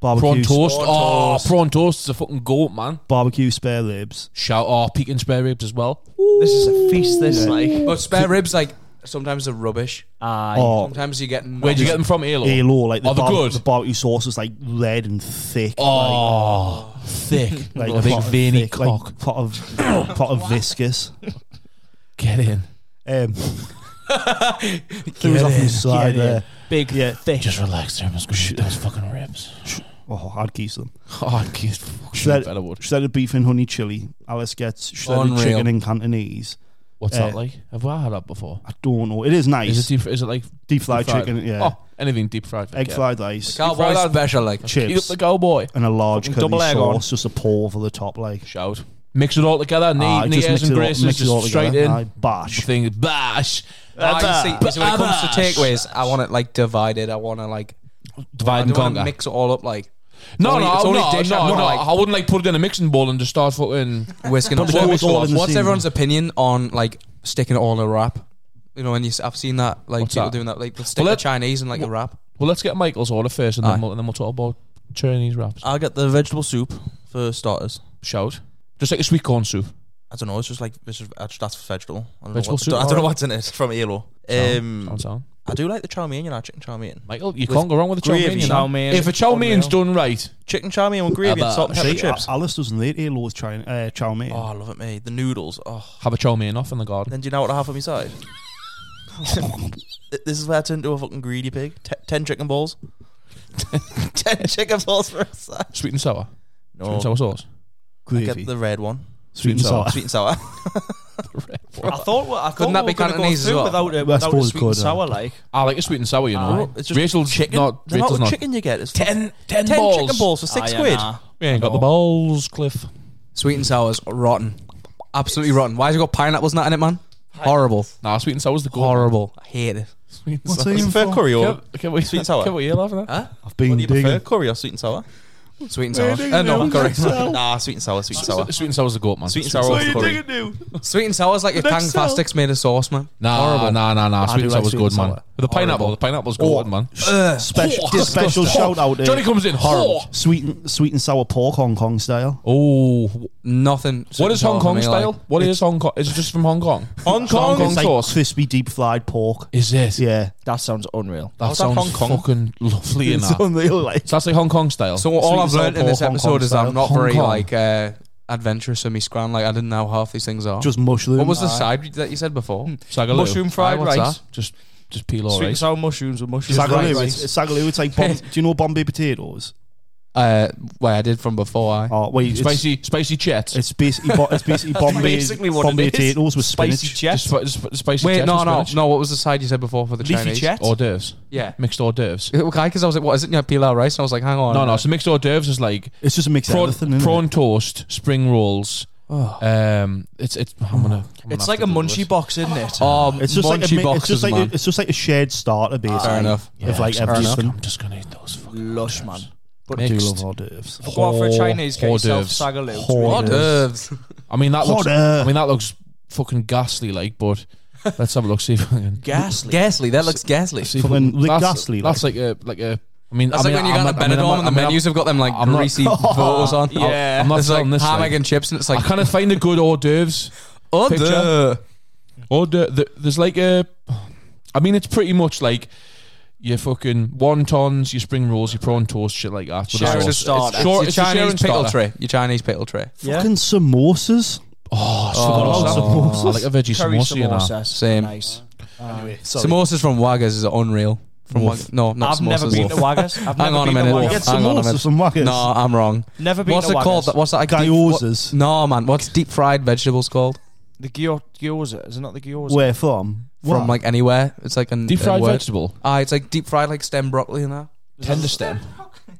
Speaker 2: Prawn
Speaker 4: barbecue,
Speaker 2: toast.
Speaker 3: Prawn
Speaker 2: Oh,
Speaker 3: toast.
Speaker 2: prawn toast is a fucking goat, man.
Speaker 4: barbecue spare ribs.
Speaker 2: Shout oh, pecan spare ribs as well.
Speaker 1: This is a feast. This like.
Speaker 3: But Oh, spare ribs, like sometimes they're rubbish.
Speaker 1: Aye.
Speaker 4: Or
Speaker 3: Sometimes you get
Speaker 2: Oh. Where'd you get them from, Elo?
Speaker 4: alo, like the,
Speaker 2: Oh, they're
Speaker 4: bar-
Speaker 2: good.
Speaker 4: the barbecue sauce is like red and thick.
Speaker 2: Oh, thick, like,
Speaker 4: like, like
Speaker 2: a big
Speaker 4: pot of
Speaker 2: veiny
Speaker 4: thick,
Speaker 2: cock.
Speaker 4: like pot of pot of viscous.
Speaker 2: get in. *laughs*
Speaker 4: Um, things off
Speaker 2: in,
Speaker 4: the side
Speaker 2: get in.
Speaker 4: there.
Speaker 1: Big.
Speaker 4: Yeah.
Speaker 1: Thick.
Speaker 2: Just relax, there. Must go shoot those fucking ribs.
Speaker 4: Oh, I'd keep them.
Speaker 2: Oh, geez, fuck,
Speaker 4: Should I-
Speaker 2: you better watch.
Speaker 4: Shredded beef and honey chili. Alice gets shredded
Speaker 3: Unreal.
Speaker 4: chicken and Cantonese.
Speaker 2: What's
Speaker 4: Uh,
Speaker 2: that like? Have I had that before?
Speaker 4: I don't know. It is nice.
Speaker 2: Is it deep, is it like
Speaker 4: deep fried
Speaker 2: deep fried?
Speaker 4: chicken? Yeah.
Speaker 2: oh anything deep fried?
Speaker 4: Egg
Speaker 2: forget.
Speaker 4: fried rice,
Speaker 3: Cowboy
Speaker 2: Fried-
Speaker 3: special, like
Speaker 2: Eat up
Speaker 4: chips,
Speaker 2: the cowboy.
Speaker 4: and a large
Speaker 1: Fucking
Speaker 4: curry
Speaker 1: double egg on.
Speaker 4: sauce, just a pour over the top, like.
Speaker 2: Shout. Mix it all together. Knee,
Speaker 4: Ah,
Speaker 2: knees
Speaker 4: mix
Speaker 2: and
Speaker 4: it all-
Speaker 2: graces
Speaker 4: mix it all
Speaker 2: just straight
Speaker 4: together.
Speaker 2: in.
Speaker 4: Aye,
Speaker 2: The
Speaker 4: bash.
Speaker 2: thing bash.
Speaker 3: Ah, you see,
Speaker 2: Bash.
Speaker 3: so when it comes to takeaways, I want it like divided. I want to like I
Speaker 2: Divide and
Speaker 3: don't want to
Speaker 2: conquer.
Speaker 3: mix it all up like
Speaker 2: no,
Speaker 3: only- it's
Speaker 2: no,
Speaker 3: only
Speaker 2: no, no,
Speaker 3: dish I'm
Speaker 2: no,
Speaker 3: not like-
Speaker 2: I wouldn't like put it in a mixing bowl and just start fucking.
Speaker 3: whisking up.
Speaker 4: Put it all- it's all in the
Speaker 3: what's
Speaker 4: same-
Speaker 3: everyone's opinion on like sticking it all in a wrap? You know, and you, s- I've seen that like
Speaker 2: What's
Speaker 3: people
Speaker 2: that?
Speaker 3: doing that like they'll stick
Speaker 2: Well,
Speaker 3: the
Speaker 2: that-
Speaker 3: Chinese in like a wrap.
Speaker 2: Well, let's get Michael's order first, and then
Speaker 5: Aye.
Speaker 2: we'll, and then we'll talk about Chinese wraps.
Speaker 3: Ah.
Speaker 5: I'll get the vegetable soup for starters.
Speaker 2: Shout. Just like a sweet corn soup.
Speaker 5: I don't know. It's just like this is, that's that's vegetable. I don't,
Speaker 2: Vegetable
Speaker 5: know, what,
Speaker 2: soup,
Speaker 5: I don't know
Speaker 2: alright.
Speaker 5: what's in it. It's from Elo.
Speaker 3: Mm.
Speaker 5: Um,
Speaker 2: Sound, sound.
Speaker 5: I do like the chow mein. You know, chicken chow mein.
Speaker 2: Michael, you
Speaker 5: With
Speaker 2: can't go wrong with a chow mein.
Speaker 5: gravy.
Speaker 2: you know.
Speaker 1: Chow mein
Speaker 2: If a chow
Speaker 1: is
Speaker 2: mein's
Speaker 1: unreal.
Speaker 2: done right,
Speaker 5: Chicken chow mein with gravy and
Speaker 2: Abba.
Speaker 5: salt and pepper
Speaker 4: See,
Speaker 5: chips.
Speaker 4: Al- Alice doesn't eat Alo's China, uh, chow mein.
Speaker 5: Oh, I love it, mate. The noodles. Oh,
Speaker 2: have a chow mein off in the garden.
Speaker 5: then do you know what I have on
Speaker 4: *laughs*
Speaker 5: my side? Th- this is where I turn into a fucking greedy pig. T- ten chicken balls. ten chicken balls for a side.
Speaker 2: Sweet and sour. Sweet
Speaker 3: Oh.
Speaker 5: No,
Speaker 2: and sour sauce.
Speaker 5: I get
Speaker 4: Gravy.
Speaker 5: the red one.
Speaker 4: Sweet and sour.
Speaker 5: Sweet and sour.
Speaker 1: I thought. we- I thought
Speaker 3: Couldn't that
Speaker 1: we were
Speaker 3: be
Speaker 1: gonna
Speaker 3: Cantonese
Speaker 1: go
Speaker 3: as
Speaker 1: through
Speaker 3: well?
Speaker 1: without
Speaker 4: I
Speaker 1: a, without a
Speaker 4: suppose
Speaker 1: sweet
Speaker 4: could,
Speaker 1: and
Speaker 4: uh,
Speaker 1: sour like.
Speaker 2: I like a sweet and sour, you know.
Speaker 1: Aye.
Speaker 5: It's just
Speaker 2: Rachel's
Speaker 5: chicken.
Speaker 2: not.
Speaker 5: The amount
Speaker 2: Rachel's
Speaker 5: of
Speaker 2: not.
Speaker 5: chicken you get is
Speaker 2: Ten, ten,
Speaker 5: ten
Speaker 2: balls.
Speaker 5: chicken balls for six
Speaker 1: Aye,
Speaker 5: quid.
Speaker 1: Ah, nah.
Speaker 2: We ain't got the balls, Cliff.
Speaker 3: Sweet and sour's rotten, absolutely rotten. Why has it got pineapples nut in it, man? Horrible,
Speaker 2: Nah, sweet and sour's the goal.
Speaker 3: horrible. I hate it.
Speaker 2: Sweet and
Speaker 4: *laughs* What's
Speaker 2: sour.
Speaker 4: the
Speaker 5: Prefer
Speaker 4: info?
Speaker 5: curry or
Speaker 2: Can't, can't we,
Speaker 5: Sweet and sour.
Speaker 2: Can't we hear laughing at?
Speaker 5: huh?
Speaker 4: I've
Speaker 5: What
Speaker 4: been
Speaker 5: do you prefer,
Speaker 4: digging.
Speaker 5: curry or sweet and sour?
Speaker 3: Sweet and sour.
Speaker 4: digging
Speaker 3: Uh, no,
Speaker 4: now,
Speaker 3: curry.
Speaker 4: Sweet and
Speaker 3: *laughs*
Speaker 4: sour.
Speaker 5: Nah, sweet and sour, sweet and sour.
Speaker 2: Sweet and sour's the goat, man.
Speaker 5: Sweet and sour with curry.
Speaker 3: Sweet and sour's like if Tang
Speaker 4: Next sour.
Speaker 3: Fastics made a sauce, man.
Speaker 2: Nah, nah, nah, nah.
Speaker 4: I
Speaker 2: Sweet
Speaker 4: do
Speaker 2: and
Speaker 4: like
Speaker 2: sour's
Speaker 4: sweet and
Speaker 2: good, man.
Speaker 4: sour.
Speaker 2: The pineapple. The pineapple's
Speaker 4: Oh.
Speaker 2: good, man.
Speaker 4: Special,
Speaker 2: Oh,
Speaker 4: special
Speaker 2: disgusting.
Speaker 4: shout out. uh,
Speaker 2: Johnny comes in. Horrible.
Speaker 4: Sweet and, sweet and sour pork Hong Kong style.
Speaker 2: Oh,
Speaker 3: Nothing. sweet
Speaker 2: what
Speaker 3: and
Speaker 2: is
Speaker 3: sour
Speaker 2: Hong
Speaker 3: for
Speaker 2: Kong
Speaker 3: me, like.
Speaker 2: style? What is Hong Kong? Is it just from Hong Kong?
Speaker 5: Hong
Speaker 2: Hong
Speaker 5: Kong.
Speaker 2: Kong
Speaker 4: It's like
Speaker 2: sauce.
Speaker 4: crispy deep fried pork.
Speaker 2: Is it?
Speaker 4: Yeah,
Speaker 1: That sounds unreal.
Speaker 2: Oh, That
Speaker 5: How's that
Speaker 2: sounds
Speaker 5: Hong Kong?
Speaker 2: fucking *laughs* lovely in
Speaker 4: it's
Speaker 2: that. So
Speaker 4: unreal. Like
Speaker 2: that's like Hong Kong style.
Speaker 3: So all
Speaker 4: Sweet
Speaker 3: I've
Speaker 4: and sour
Speaker 3: learned in this
Speaker 4: pork, Hong Kong
Speaker 3: episode is
Speaker 4: style.
Speaker 3: I'm not
Speaker 2: Hong
Speaker 3: very
Speaker 2: Kong.
Speaker 3: like uh, adventurous in my scran. Like I didn't know half these things are.
Speaker 4: just mushrooms.
Speaker 3: what was the side that you said before?
Speaker 2: Sagaloo.
Speaker 1: Mushroom fried
Speaker 3: Aye, what's
Speaker 1: rice.
Speaker 3: that?
Speaker 2: Just, just peel all
Speaker 1: Sweet and
Speaker 2: rice.
Speaker 1: sour mushrooms with mushrooms.
Speaker 4: Sagaloo.
Speaker 1: Right,
Speaker 4: It's,
Speaker 1: right.
Speaker 4: it's Sagaloo. It's like bomb, do you know Bombay potatoes?
Speaker 3: Uh, well, I did from before. I.
Speaker 4: Oh, wait, it's,
Speaker 2: Spicy, spicy chets.
Speaker 4: It's basically bo- it's basically Bombay
Speaker 1: basically what it
Speaker 4: Bombay
Speaker 1: is.
Speaker 4: potatoes with
Speaker 1: Spicy
Speaker 4: spinach.
Speaker 2: Just
Speaker 1: jet.
Speaker 2: spi- just sp- spicy
Speaker 3: Wait,
Speaker 2: chets
Speaker 3: no,
Speaker 2: and
Speaker 3: no,
Speaker 2: spinach.
Speaker 3: no. What was the side you said before for the
Speaker 1: Leafy
Speaker 3: *laughs* Chinese?
Speaker 1: jet.
Speaker 2: Hors d'oeuvres.
Speaker 3: Yeah.
Speaker 2: Mixed hors d'oeuvres.
Speaker 3: Okay, because I was like, what is it? Yeah, pilau rice. And I was like, hang on. Um,
Speaker 2: No, no. So mixed hors d'oeuvres is like
Speaker 4: It's just a mix
Speaker 2: prawn,
Speaker 4: of everything. innit?
Speaker 2: prawn toast, spring rolls.
Speaker 4: Oh.
Speaker 2: Um, it's it's. I'm gonna. I'm gonna
Speaker 1: It's
Speaker 2: have
Speaker 1: like
Speaker 2: to
Speaker 1: a
Speaker 2: Google
Speaker 1: munchie
Speaker 2: this.
Speaker 1: box, isn't it?
Speaker 3: Oh,
Speaker 4: It's just like a,
Speaker 3: munchy
Speaker 4: mi- it's
Speaker 3: boxes,
Speaker 4: just like
Speaker 3: man.
Speaker 4: a, it's just like a shared starter basically.
Speaker 3: Fair enough.
Speaker 4: Of like
Speaker 2: I'm just-
Speaker 4: everything.
Speaker 2: I'm just gonna eat those. Fucking
Speaker 1: Lush, man. But
Speaker 4: I do
Speaker 2: mixed.
Speaker 4: love hors d'oeuvres.
Speaker 1: Go out for a Chinese, get
Speaker 2: hors
Speaker 1: yourself
Speaker 2: d'oeuvres.
Speaker 1: Sagaloo.
Speaker 4: Hors
Speaker 3: Hors d'oeuvres.
Speaker 2: I mean that
Speaker 4: Hors
Speaker 2: looks.
Speaker 4: d'oeuvre.
Speaker 2: I mean that looks fucking ghastly, like. But Let's have a look. See if I can.
Speaker 1: Ghastly.
Speaker 3: Ghastly. That looks ghastly.
Speaker 2: See if
Speaker 4: Fucking
Speaker 2: we can-
Speaker 4: Rick
Speaker 2: that's,
Speaker 4: Ghastly,
Speaker 2: That's like a like a. I mean,
Speaker 3: That's
Speaker 2: I mean,
Speaker 3: like when you
Speaker 2: I'm
Speaker 3: got
Speaker 2: not-
Speaker 3: a
Speaker 2: I mean,
Speaker 3: Benidorm
Speaker 2: I'm
Speaker 3: and the
Speaker 2: not- I'm
Speaker 3: menus have got them like
Speaker 2: *laughs* I'm not-
Speaker 3: greasy photos on.
Speaker 2: not- I'm not
Speaker 3: There's like
Speaker 2: selling this.
Speaker 3: ham,
Speaker 2: like-
Speaker 3: egg, and chips, and it's
Speaker 2: I
Speaker 3: like
Speaker 2: kind of find a good hors d'oeuvres.
Speaker 3: oh,
Speaker 2: picture.
Speaker 3: duh.
Speaker 2: Hors d'oe- th- there's like a. I mean, it's pretty much like your fucking wontons, your spring rolls, your prawn toast, shit like that. But it's
Speaker 3: Share it
Speaker 2: all-
Speaker 3: as
Speaker 2: it's
Speaker 3: starter.
Speaker 2: short-
Speaker 3: Your
Speaker 2: it's a share
Speaker 3: Chinese
Speaker 2: and
Speaker 3: pickle
Speaker 2: starter.
Speaker 3: tray. Your Chinese pickle tray.
Speaker 1: Yeah.
Speaker 4: Fucking samosas.
Speaker 2: Oh,
Speaker 3: Oh,
Speaker 2: samosas.
Speaker 4: samosas.
Speaker 2: I like a veggie
Speaker 1: Curry
Speaker 2: samosa, you know.
Speaker 1: samosas.
Speaker 3: Same.
Speaker 1: Nice. Um,
Speaker 3: Samosas from Waggas is unreal. From
Speaker 2: Woof.
Speaker 3: Waggas. No, not
Speaker 1: I've
Speaker 3: samosas.
Speaker 1: never been to
Speaker 3: Woof.
Speaker 1: Waggas. *laughs* I've
Speaker 3: Hang
Speaker 1: never
Speaker 3: on a
Speaker 1: been to
Speaker 3: minute.
Speaker 1: Waggas.
Speaker 4: Get
Speaker 3: Woof. Hang on a minute.
Speaker 4: samosas from Waggers.
Speaker 3: No, I'm wrong.
Speaker 1: Never been
Speaker 3: What's
Speaker 1: to
Speaker 3: it
Speaker 1: Waggas.
Speaker 3: called? That- What's that? like, deep-
Speaker 4: Gyozas.
Speaker 3: what- No, man. What's deep fried vegetables called?
Speaker 1: The gyo- gyoza. Is it not the gyoza?
Speaker 4: Where from?
Speaker 3: From like anywhere. It's like an
Speaker 2: Deep
Speaker 3: a
Speaker 2: fried
Speaker 3: word.
Speaker 2: vegetable.
Speaker 3: Ah, it's like deep fried like stem broccoli and that.
Speaker 2: Tender stem.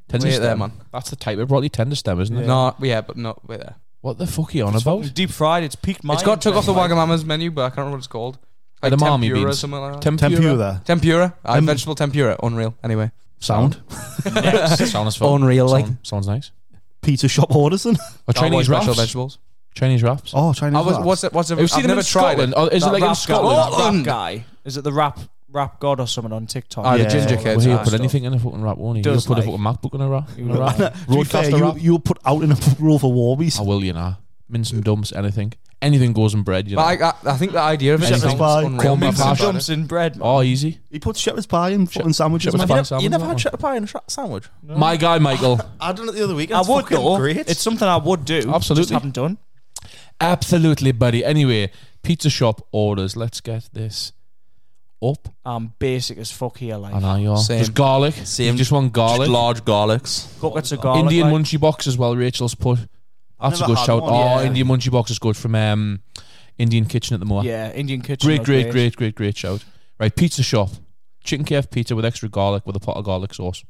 Speaker 2: Tender
Speaker 3: Wait
Speaker 2: stem.
Speaker 3: there, man.
Speaker 2: That's the type of broccoli tender stem, isn't it?
Speaker 3: No, yeah, but no, wait there.
Speaker 2: What the fuck are you on
Speaker 1: It's
Speaker 2: about?
Speaker 1: fucking deep fried. It's peaked my
Speaker 3: it's got took off the
Speaker 1: interest, mate.
Speaker 3: Wagamama's menu, but I can't remember what it's called.
Speaker 2: Like Edamame
Speaker 3: tempura or
Speaker 2: beans.
Speaker 3: something like that.
Speaker 4: Tempura. there.
Speaker 3: tempura. I
Speaker 4: Um,
Speaker 3: vegetable tempura. Unreal. Anyway.
Speaker 4: Sound.
Speaker 2: *laughs* Sound as fuck.
Speaker 3: Unreal. Like
Speaker 2: Sound- Sounds nice.
Speaker 4: Pizza shop orders then.
Speaker 2: Or Chinese
Speaker 3: Oh, special
Speaker 2: wraps.
Speaker 3: vegetables.
Speaker 2: Chinese wraps.
Speaker 4: Oh, Chinese.
Speaker 3: I was,
Speaker 4: wraps.
Speaker 3: what's it? What's it?
Speaker 2: Have you seen
Speaker 3: I've
Speaker 2: them
Speaker 3: never
Speaker 2: in
Speaker 3: tried
Speaker 2: Scotland?
Speaker 3: it.
Speaker 2: Or is it
Speaker 1: That
Speaker 2: like in
Speaker 1: rap
Speaker 2: Scotland?
Speaker 1: Guy, that
Speaker 3: Scotland.
Speaker 1: rap guy. Is it the rap rap god or someone on TikTok?
Speaker 3: Ah, the
Speaker 4: Yeah.
Speaker 3: ginger
Speaker 4: Well,
Speaker 2: Well,
Speaker 3: kids.
Speaker 2: he'll
Speaker 3: ah,
Speaker 2: put *laughs*
Speaker 3: stuff.
Speaker 2: anything in a fucking rap, won't he? He'll
Speaker 1: Does
Speaker 2: put a
Speaker 1: like-
Speaker 2: fucking MacBook in a rap. In a
Speaker 1: will. *laughs*
Speaker 2: rap.
Speaker 4: To be fair,
Speaker 2: Roadcaster Oh.
Speaker 4: you,
Speaker 2: rap.
Speaker 4: you were put out in a *laughs* rule for Warby's.
Speaker 2: I will, you know. Mince and dumps, anything. Anything goes in bread, you know.
Speaker 3: But I, I, I think the idea of it
Speaker 2: Anything.
Speaker 3: sounds
Speaker 4: Pie,
Speaker 3: unreal.
Speaker 2: corn
Speaker 3: I've
Speaker 1: Mince
Speaker 2: puffs.
Speaker 3: never
Speaker 1: and
Speaker 3: tried it.
Speaker 1: jumps in bread. man.
Speaker 2: Oh, easy.
Speaker 4: He put shepherd's pie and fucking sandwiches.
Speaker 2: shepherd's
Speaker 4: man.
Speaker 2: pie.
Speaker 5: You never,
Speaker 2: Salmon,
Speaker 5: you never
Speaker 2: that
Speaker 5: had
Speaker 2: one.
Speaker 5: shepherd pie and a sandwich?
Speaker 2: My guy, Michael.
Speaker 5: I done it the other week.
Speaker 1: I would though. It's something I would do. Just
Speaker 2: Absolutely.
Speaker 1: haven't done.
Speaker 2: Absolutely, buddy. Anyway, pizza shop orders. Let's get this up.
Speaker 1: I'm basic as fuck here.
Speaker 2: I
Speaker 1: Like
Speaker 2: know you are.
Speaker 3: Same.
Speaker 2: Just garlic.
Speaker 5: Same.
Speaker 2: You just want garlic.
Speaker 5: large garlics.
Speaker 1: buckets of garlic.
Speaker 2: Indian
Speaker 1: like,
Speaker 2: munchie box as well. Rachel's put. That's a
Speaker 4: never
Speaker 2: good
Speaker 4: had
Speaker 2: shout.
Speaker 4: one,
Speaker 2: Oh,
Speaker 1: yeah.
Speaker 2: Indian munchie box is good from um, Indian Kitchen at the Moor.
Speaker 1: Yeah, Indian kitchen.
Speaker 2: Great,
Speaker 1: are
Speaker 2: great, great, great, great, shout. Right, pizza shop. Chicken KF pizza with extra garlic with a pot of garlic sauce.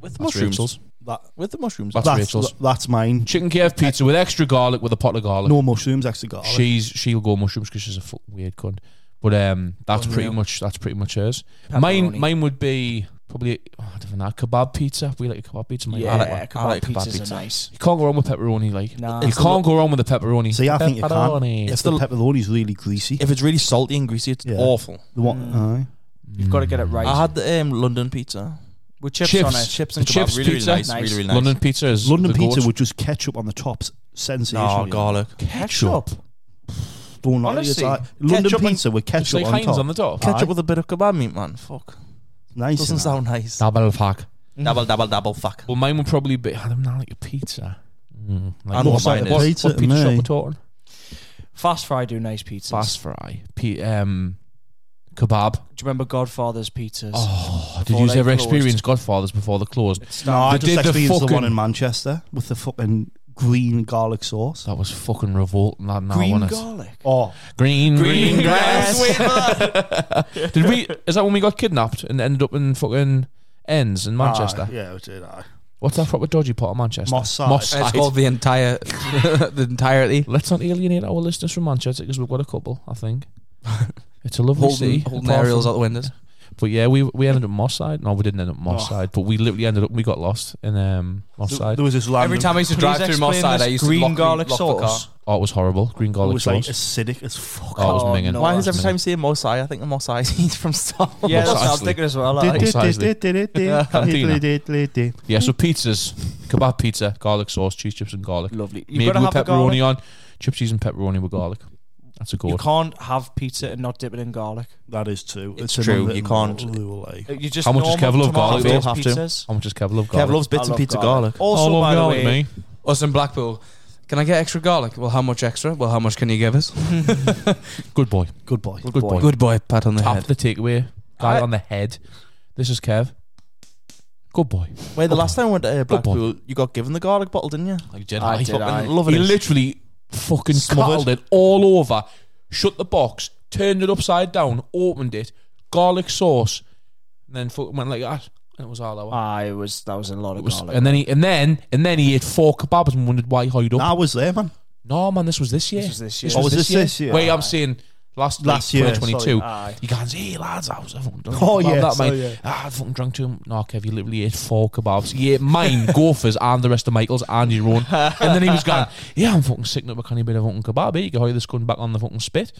Speaker 5: With
Speaker 2: That's
Speaker 5: mushrooms.
Speaker 2: Rachel's.
Speaker 4: That-
Speaker 5: With the mushrooms.
Speaker 2: That's,
Speaker 4: That's,
Speaker 2: Rachel's.
Speaker 4: that's mine.
Speaker 2: Chicken KF pizza with extra garlic with a pot of garlic.
Speaker 4: No mushrooms, extra garlic.
Speaker 2: She's she'll go mushrooms because she's a f- weird cunt. But um, that's pretty much that's pretty much hers. Mine
Speaker 1: Pepperoni.
Speaker 2: mine would be probably oh, I don't know kebab pizza. We like a kebab pizza. mate.
Speaker 1: Yeah,
Speaker 2: I
Speaker 1: I
Speaker 2: like
Speaker 1: like,
Speaker 2: one.
Speaker 1: kebab,
Speaker 5: I like kebab
Speaker 1: pizzas
Speaker 5: pizza.
Speaker 1: are nice.
Speaker 2: You can't go wrong with pepperoni. Like
Speaker 1: Nah.
Speaker 2: you
Speaker 1: It's
Speaker 2: can't go wrong with the pepperoni.
Speaker 4: See, I think you
Speaker 2: Pepperoni.
Speaker 4: can. It's
Speaker 5: It's
Speaker 4: the
Speaker 5: the-
Speaker 4: pepperoni's really greasy.
Speaker 5: If it's really salty and greasy, it's
Speaker 4: Yeah.
Speaker 5: awful.
Speaker 4: The one,
Speaker 2: Mm.
Speaker 4: aye.
Speaker 1: You've got to get it right.
Speaker 3: Ah,
Speaker 5: I had the um, London pizza with chips,
Speaker 2: Chips.
Speaker 5: on it. Chips and
Speaker 2: The
Speaker 5: kebab.
Speaker 2: chips
Speaker 5: really,
Speaker 2: pizza.
Speaker 5: really nice.
Speaker 1: Nice.
Speaker 5: Really, really nice.
Speaker 2: London pizza is
Speaker 4: London
Speaker 2: the
Speaker 4: pizza
Speaker 2: goat.
Speaker 4: with just ketchup on the tops, sensational.
Speaker 5: Oh,
Speaker 4: you know.
Speaker 5: garlic.
Speaker 2: ketchup.
Speaker 4: Don't like
Speaker 1: Honestly,
Speaker 4: it. It's like London
Speaker 5: ketchup on-
Speaker 4: pizza with
Speaker 2: It's
Speaker 4: ketchup
Speaker 2: like
Speaker 4: on
Speaker 2: Heinz
Speaker 4: top.
Speaker 2: on the top.
Speaker 5: Ketchup
Speaker 4: Aye.
Speaker 5: with a bit of kebab meat, man. Fuck.
Speaker 4: nice.
Speaker 5: Doesn't
Speaker 4: you know.
Speaker 5: sound nice.
Speaker 2: Double fuck.
Speaker 5: Double, double, double. Fuck.
Speaker 2: Well, mine would probably be I don't know like a pizza. Mm, like
Speaker 5: I know what mine is.
Speaker 2: What,
Speaker 4: Pizza
Speaker 2: what
Speaker 4: to
Speaker 2: pizza shop
Speaker 4: me.
Speaker 2: we're talking?
Speaker 1: Fast fry do nice pizzas.
Speaker 2: Fast fry. P- um, kebab.
Speaker 1: Do you remember Godfather's pizzas?
Speaker 2: Oh, did
Speaker 1: Before
Speaker 2: you
Speaker 1: they
Speaker 2: ever
Speaker 1: closed.
Speaker 2: experience Godfathers before they closed?
Speaker 4: No, I
Speaker 2: They did
Speaker 4: just
Speaker 2: the
Speaker 4: experienced the, one
Speaker 2: fucking-
Speaker 4: in Manchester with the fucking green garlic sauce.
Speaker 2: That was fucking revolting. That now,
Speaker 1: Green
Speaker 2: wasn't it?
Speaker 1: garlic.
Speaker 4: Oh,
Speaker 2: Green, green
Speaker 5: grass. Wait for that.
Speaker 2: Did we? Is that when we got kidnapped and ended up in fucking ends in Manchester?
Speaker 4: aye. yeah, it did. aye.
Speaker 2: What's that proper dodgy part of Manchester?
Speaker 4: Moss Side.
Speaker 2: Moss
Speaker 3: And it's
Speaker 2: Side.
Speaker 3: called the entire, *laughs* the entirety.
Speaker 2: Let's not alienate our listeners from Manchester because we've got a couple. I think it's a lovely
Speaker 3: Holding,
Speaker 2: city.
Speaker 3: holding
Speaker 2: apart
Speaker 3: aerials
Speaker 2: from-
Speaker 3: out the windows.
Speaker 2: But yeah, we we ended up Moss Side. No, we didn't end up Moss
Speaker 4: Oh.
Speaker 2: Side, but we literally ended up. We got lost in um, Moss
Speaker 4: There,
Speaker 2: Side.
Speaker 4: there was this random.
Speaker 3: Every time I used to
Speaker 1: Please
Speaker 3: drive through
Speaker 1: explain
Speaker 3: Moss Side, I
Speaker 1: this
Speaker 3: used to
Speaker 1: green
Speaker 3: lock, the-
Speaker 1: garlic
Speaker 3: lock the car.
Speaker 1: sauce.
Speaker 2: Oh, it was horrible. Green
Speaker 4: it
Speaker 2: garlic
Speaker 4: was like
Speaker 2: sauce.
Speaker 4: acidic as fuck.
Speaker 2: oh, it was
Speaker 1: Oh,
Speaker 2: minging.
Speaker 1: no.
Speaker 5: Why is
Speaker 1: that's
Speaker 5: every time you see a Mosai, I think of Mosai? He's from Star Wars.
Speaker 1: Yeah, that's what I was
Speaker 2: Precisely.
Speaker 1: thinking as well.
Speaker 4: Did-
Speaker 1: Like,
Speaker 4: did- did-
Speaker 2: Precisely.
Speaker 4: did- did- did-
Speaker 2: *laughs* Cantina.
Speaker 4: did- did- did- did.
Speaker 2: Yeah, so pizzas, kebab pizza, garlic sauce, cheese chips, and garlic.
Speaker 1: lovely. You've
Speaker 2: Maybe
Speaker 1: got to
Speaker 2: with
Speaker 1: have the garlic.
Speaker 2: pepperoni on. Chip cheese and pepperoni with garlic. That's a
Speaker 1: You
Speaker 2: good.
Speaker 1: can't have pizza and not dip it in garlic.
Speaker 4: That is true.
Speaker 5: It's
Speaker 4: an
Speaker 5: true, you
Speaker 4: unwritten
Speaker 5: can't-
Speaker 4: rule, like.
Speaker 1: Uh, You just
Speaker 2: How much is
Speaker 1: normal
Speaker 2: Kevlar of garlic,
Speaker 1: tomato-based
Speaker 2: though?
Speaker 5: Have to.
Speaker 1: pizzas.
Speaker 2: How much is Kev love
Speaker 5: Kev
Speaker 2: garlic? Oh,
Speaker 5: loves
Speaker 1: I
Speaker 5: bits and
Speaker 1: love
Speaker 5: pizza
Speaker 1: garlic.
Speaker 5: garlic.
Speaker 1: Also, by the way,
Speaker 2: me.
Speaker 3: Us in Blackpool. Can I get extra garlic? Well, how much extra? Well, how much can you give us?
Speaker 2: Good boy.
Speaker 4: Good boy.
Speaker 2: Good boy.
Speaker 3: Good boy, pat on the
Speaker 2: Tap
Speaker 3: head.
Speaker 2: the takeaway. Guy
Speaker 5: I-
Speaker 2: on the head. This is Kev. Good boy.
Speaker 5: Wait, the
Speaker 2: Good
Speaker 5: last time I went to uh,
Speaker 2: Good boy.
Speaker 5: Blackpool, you got given the garlic bottle, didn't you?
Speaker 2: Like Jedi.
Speaker 1: I
Speaker 2: I
Speaker 1: did, I-
Speaker 2: He literally fucking
Speaker 5: Smothered.
Speaker 2: smuggled it all over. Shut the box. Turned it upside down. Opened it. Garlic sauce. And then fucking went like that. And it was all
Speaker 5: Ah,
Speaker 1: *laughs*
Speaker 2: over.
Speaker 1: I was that was a lot of
Speaker 2: It was-
Speaker 1: garlic.
Speaker 2: and then he and then and then he ate four kebabs and wondered why he hid up.
Speaker 4: Nah, I was there, man.
Speaker 2: No man, this was this year.
Speaker 1: This was this year.
Speaker 4: Oh, was this this year?
Speaker 2: Wait, I'm saying last
Speaker 4: Last
Speaker 2: like,
Speaker 4: year,
Speaker 2: 2022.
Speaker 1: Aye.
Speaker 2: You guys, hey lads, I was I fucking drunk.
Speaker 4: Oh,
Speaker 2: About
Speaker 4: yeah.
Speaker 2: that,
Speaker 4: so,
Speaker 2: mate.
Speaker 4: yeah.
Speaker 2: Ah, I fucking drunk too. No, Kev, you literally ate four kebabs. You ate mine, *laughs* Gophers, and the rest of Michael's and your own. And then he was going, yeah, I'm fucking sicking up a canny bit of fucking kebab. eh? You can hurry this gun back on the fucking spit.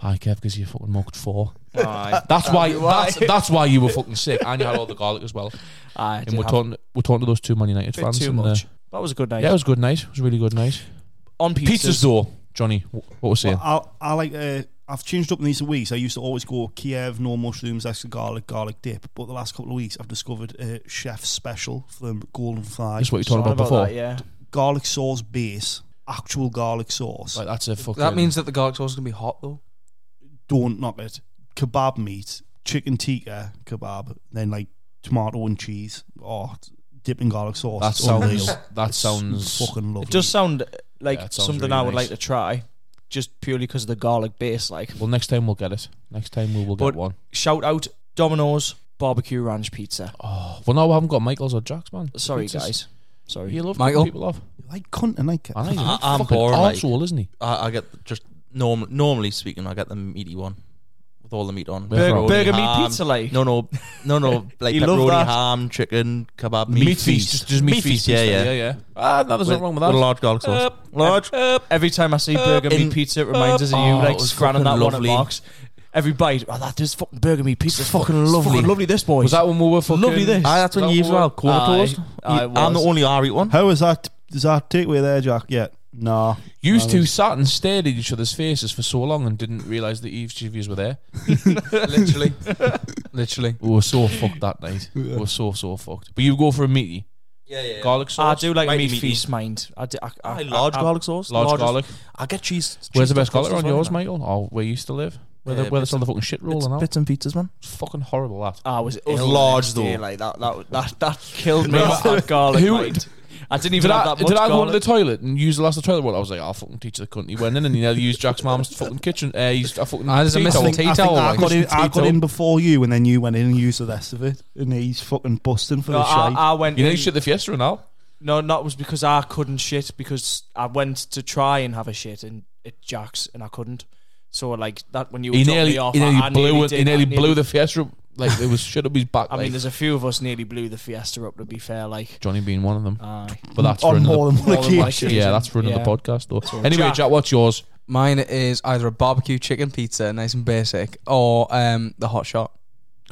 Speaker 2: Hi, Kev, because you fucking mucked four.
Speaker 3: Oh,
Speaker 5: Aye.
Speaker 2: That's why,
Speaker 5: That'd be why.
Speaker 2: That's, that's why you were fucking sick, and you had all the garlic as well.
Speaker 1: Aye,
Speaker 2: And we're talking, we're talking to those two Man United
Speaker 1: Bit
Speaker 2: fans.
Speaker 1: too
Speaker 2: and, uh,
Speaker 1: much. that was a good night.
Speaker 2: yeah, it was a good night. It was a really good night.
Speaker 1: on pizzas,
Speaker 2: Pizzas, though, Johnny. wh- What was saying?
Speaker 4: Well, I, I like. Uh, I've changed up in recent weeks. I used to always go Kiev, no mushrooms, extra garlic, garlic dip. But the last couple of weeks, I've discovered a chef's special from Golden Fly.
Speaker 2: That's what you were talking about, before.
Speaker 1: that, yeah.
Speaker 4: Garlic sauce base, actual garlic sauce.
Speaker 2: Like that's a fucking.
Speaker 3: That means that the garlic sauce is gonna be hot though.
Speaker 4: Don't knock it. Kebab meat, chicken tikka kebab, then like tomato and cheese. Oh, dip in garlic sauce.
Speaker 2: that
Speaker 4: It's
Speaker 2: sounds.
Speaker 4: unreal.
Speaker 2: That
Speaker 4: It's
Speaker 2: sounds.
Speaker 4: fucking lovely.
Speaker 1: It does sound uh, like
Speaker 2: Yeah, it sounds
Speaker 1: something
Speaker 2: really
Speaker 1: I would
Speaker 2: nice.
Speaker 1: like to try, just purely because of the garlic base. Like,
Speaker 2: Well, next time we'll get it. Next time we will get
Speaker 1: But-
Speaker 2: one.
Speaker 1: shout out Domino's barbecue ranch pizza.
Speaker 2: Oh, well, no, we haven't got Michael's or Jack's, man.
Speaker 1: Sorry,
Speaker 2: Pizzas.
Speaker 1: guys. Sorry.
Speaker 2: You love
Speaker 3: Michael.
Speaker 2: Michael. people off.
Speaker 4: like cunt and like.
Speaker 2: I know he's
Speaker 5: I-
Speaker 2: a
Speaker 5: I'm
Speaker 2: fucking
Speaker 5: bored, like-
Speaker 2: arsehole, isn't he?
Speaker 5: I, I get just norm, normally speaking, I get the meaty one with all the meat on.
Speaker 2: Burger-
Speaker 5: Pepperoni,
Speaker 1: Burger meat
Speaker 5: ham.
Speaker 1: pizza, like.
Speaker 5: No, no,
Speaker 3: *laughs*
Speaker 5: no, no. Like
Speaker 1: You love
Speaker 5: pepperoni,
Speaker 1: that?
Speaker 5: ham, chicken, kebab, meat, feast.
Speaker 2: Just, just meat, feast.
Speaker 5: Yeah, yeah.
Speaker 2: yeah, yeah. Ah, no, there's
Speaker 5: With-
Speaker 2: nothing wrong with
Speaker 5: With a
Speaker 2: that.
Speaker 5: large garlic sauce.
Speaker 1: Large. Every time I see burger
Speaker 5: in-
Speaker 1: meat pizza, it reminds us of you,
Speaker 2: Oh,
Speaker 1: like
Speaker 2: it was
Speaker 1: scranning that
Speaker 5: fucking
Speaker 1: one at
Speaker 5: lovely.
Speaker 1: Marks. Every bite, oh, that is fucking burger meat pizza. It's fucking
Speaker 5: lovely.
Speaker 1: fucking lovely. This boy
Speaker 2: Was that when we were fucking?
Speaker 1: lovely. This.
Speaker 5: Aye, that's when
Speaker 2: That
Speaker 5: you eat as
Speaker 2: one.
Speaker 5: well. Corner
Speaker 1: Aye,
Speaker 5: toast.
Speaker 1: aye, it
Speaker 5: I'm the
Speaker 1: was.
Speaker 5: only R eat
Speaker 1: *laughs*
Speaker 5: one.
Speaker 4: How is that? Does that takeaway there, Jack? Yeah. Nah.
Speaker 2: Used to sat and stared at each other's faces for so long and didn't realise the eavesdrivers were there.
Speaker 5: *laughs*
Speaker 3: Literally, literally.
Speaker 2: We were so fucked that night. We were so so fucked. But you go for a meaty
Speaker 5: Yeah, yeah.
Speaker 2: garlic
Speaker 1: I
Speaker 2: sauce.
Speaker 1: do like
Speaker 5: Might be
Speaker 1: meat
Speaker 5: meaty.
Speaker 1: feast, mind. I do. I, I,
Speaker 5: Aye, large
Speaker 1: I, I,
Speaker 5: garlic sauce.
Speaker 2: large
Speaker 5: largest-
Speaker 2: garlic.
Speaker 5: I get cheese.
Speaker 2: Where's the
Speaker 5: cheese
Speaker 2: best garlic
Speaker 5: toppers
Speaker 2: on
Speaker 5: as well,
Speaker 2: yours,
Speaker 5: man.
Speaker 2: Michael? Oh, where you used to live? Where
Speaker 5: Yeah,
Speaker 2: they where they
Speaker 5: bits
Speaker 2: sell the fucking shit
Speaker 5: Bits,
Speaker 2: rolling out?
Speaker 5: bits and pizzas, man.
Speaker 2: It's fucking horrible. That
Speaker 1: I Ah, was
Speaker 5: was
Speaker 1: ill the
Speaker 5: large,
Speaker 1: next day,
Speaker 5: though.
Speaker 1: Like that, that, that, that killed me.
Speaker 2: No.
Speaker 1: off that garlic.
Speaker 2: Who-
Speaker 1: mind. I didn't even
Speaker 2: Did
Speaker 1: have
Speaker 2: I,
Speaker 1: that much
Speaker 2: did I go
Speaker 1: garlic.
Speaker 2: into the toilet and use the last of the toilet roll? I was like, I'll fucking teach the cunt. He went in and he nearly used Jack's mom's fucking kitchen. Uh, used a fucking
Speaker 3: Ah, there's a
Speaker 2: tea
Speaker 3: missing
Speaker 2: towel.
Speaker 3: tea
Speaker 4: I think
Speaker 3: towel,
Speaker 4: I
Speaker 3: like.
Speaker 4: got, in, I
Speaker 2: Tea towel.
Speaker 4: got in before you, and then you went in and used the rest of it, and he's fucking busting for
Speaker 1: No,
Speaker 4: the shite.
Speaker 1: I, I went.
Speaker 2: You nearly
Speaker 1: in-
Speaker 2: shit the fiesta and all.
Speaker 1: No, that was because I couldn't shit because I went to try and have a shit and it jacks and I couldn't. So like that when you were
Speaker 2: He
Speaker 1: dropping
Speaker 2: nearly,
Speaker 1: me off,
Speaker 2: he
Speaker 1: I-
Speaker 2: nearly
Speaker 1: I
Speaker 2: blew it.
Speaker 1: did,
Speaker 2: He
Speaker 1: I
Speaker 2: nearly blew the fiesta. up. Like it was shut up his back.
Speaker 1: I mean,
Speaker 2: like,
Speaker 1: there's a few of us nearly blew the Fiesta up. To be fair, like uh,
Speaker 2: Johnny being one of them.
Speaker 1: aye.
Speaker 2: But that's for
Speaker 4: on
Speaker 2: another.
Speaker 4: more than one
Speaker 1: more than one
Speaker 4: occasion.
Speaker 1: occasion.
Speaker 2: Yeah, that's for another
Speaker 1: Yeah.
Speaker 2: podcast though.
Speaker 1: So,
Speaker 2: Anyway,
Speaker 1: Jack-
Speaker 2: Jack, what's yours?
Speaker 3: Mine is either a barbecue chicken pizza, nice and basic, or um, the hot shot.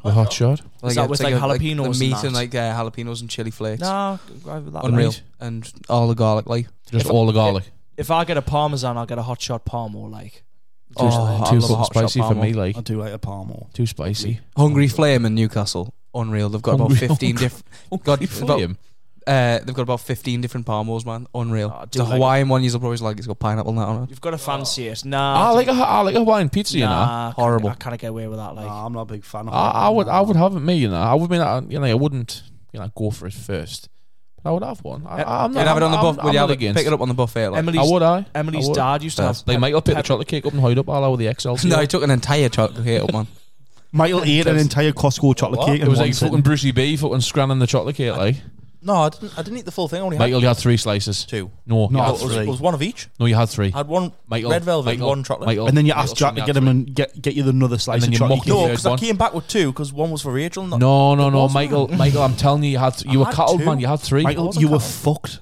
Speaker 2: The hot shot.
Speaker 3: Like,
Speaker 1: that
Speaker 3: it's
Speaker 1: with,
Speaker 3: a-
Speaker 1: like,
Speaker 3: the
Speaker 1: jalapenos and
Speaker 3: meat
Speaker 1: that?
Speaker 3: and like uh, jalapenos and chili flakes.
Speaker 1: nah, I- that
Speaker 3: Unreal,
Speaker 1: right.
Speaker 3: and all the garlic. Like,
Speaker 2: Just
Speaker 1: If I-
Speaker 2: all the garlic.
Speaker 1: If I get a parmesan, I'll get a hot shot palm or like
Speaker 3: Oh,
Speaker 2: too
Speaker 3: I love a
Speaker 2: fucking
Speaker 3: hot shot
Speaker 2: spicy for
Speaker 3: parmo.
Speaker 2: me. Like
Speaker 4: I do like a Parmo.
Speaker 2: too spicy.
Speaker 3: Hungry Flame in Newcastle, unreal. They've got
Speaker 2: Hungry-
Speaker 3: about fifteen different.
Speaker 2: *laughs*
Speaker 3: God,
Speaker 2: Hungry
Speaker 3: about-
Speaker 2: flame.
Speaker 3: Uh, they've got about fifteen different palmos, man. Unreal.
Speaker 1: Oh, I do
Speaker 3: the
Speaker 1: like
Speaker 3: Hawaiian one you'll probably like. It's got pineapple nut on it.
Speaker 1: you've got to fancy it.
Speaker 2: Ah, I
Speaker 1: Nah,
Speaker 2: like a, I like a Hawaiian pizza. You know.
Speaker 1: nah, I can't-
Speaker 3: Horrible.
Speaker 1: I can't get away with that. Like
Speaker 4: Nah, I'm not a big fan of
Speaker 2: I, I
Speaker 4: Parmo.
Speaker 2: would I would have it me, you know. I would mean I, you know, I wouldn't you know go for it first. But I would have one. I, I'm
Speaker 3: You'd
Speaker 2: not,
Speaker 3: have it on the
Speaker 2: I'm-
Speaker 3: buff.
Speaker 2: I'm
Speaker 3: Would you
Speaker 2: not
Speaker 3: have it,
Speaker 2: against
Speaker 3: pick it up on the buffet? Like?
Speaker 1: Emily's
Speaker 2: I would I.
Speaker 1: Emily's
Speaker 2: would.
Speaker 1: dad used to have
Speaker 2: They might have picked the
Speaker 1: pep-
Speaker 2: chocolate cake up and hide up all over the XLs.
Speaker 3: *laughs* *laughs* No, he took an entire chocolate up, man.
Speaker 4: Michael ate an entire Costco chocolate cake.
Speaker 2: it
Speaker 4: in
Speaker 2: was
Speaker 4: one
Speaker 2: like
Speaker 4: sitting.
Speaker 2: fucking Brucey B fucking scranning the chocolate cake like.
Speaker 5: No, Oh, I didn't. I didn't eat the full thing. I only had
Speaker 2: Michael, you had three slices.
Speaker 5: two.
Speaker 2: No, you
Speaker 4: No,
Speaker 2: had
Speaker 5: It was,
Speaker 2: three.
Speaker 5: it was one of each.
Speaker 2: No, you had three.
Speaker 5: I had one
Speaker 2: Michael,
Speaker 5: red velvet, and
Speaker 2: Michael,
Speaker 5: one chocolate.
Speaker 2: Michael,
Speaker 4: and then you
Speaker 2: Michael,
Speaker 4: asked Jack to
Speaker 2: you
Speaker 4: get
Speaker 2: had
Speaker 4: him
Speaker 2: three.
Speaker 4: and get get you another slice
Speaker 2: then
Speaker 4: of
Speaker 2: you
Speaker 4: chocolate
Speaker 2: mocked
Speaker 4: cake.
Speaker 5: No,
Speaker 2: Yeah,
Speaker 5: because I
Speaker 2: one.
Speaker 5: came back with two because one was for Rachel. Not,
Speaker 2: No, no, no,
Speaker 5: wasn't.
Speaker 2: Michael, Michael, I'm telling you, you had you were
Speaker 5: had
Speaker 2: cattled,
Speaker 5: two.
Speaker 2: man. You had three.
Speaker 4: Michael, you were fucked.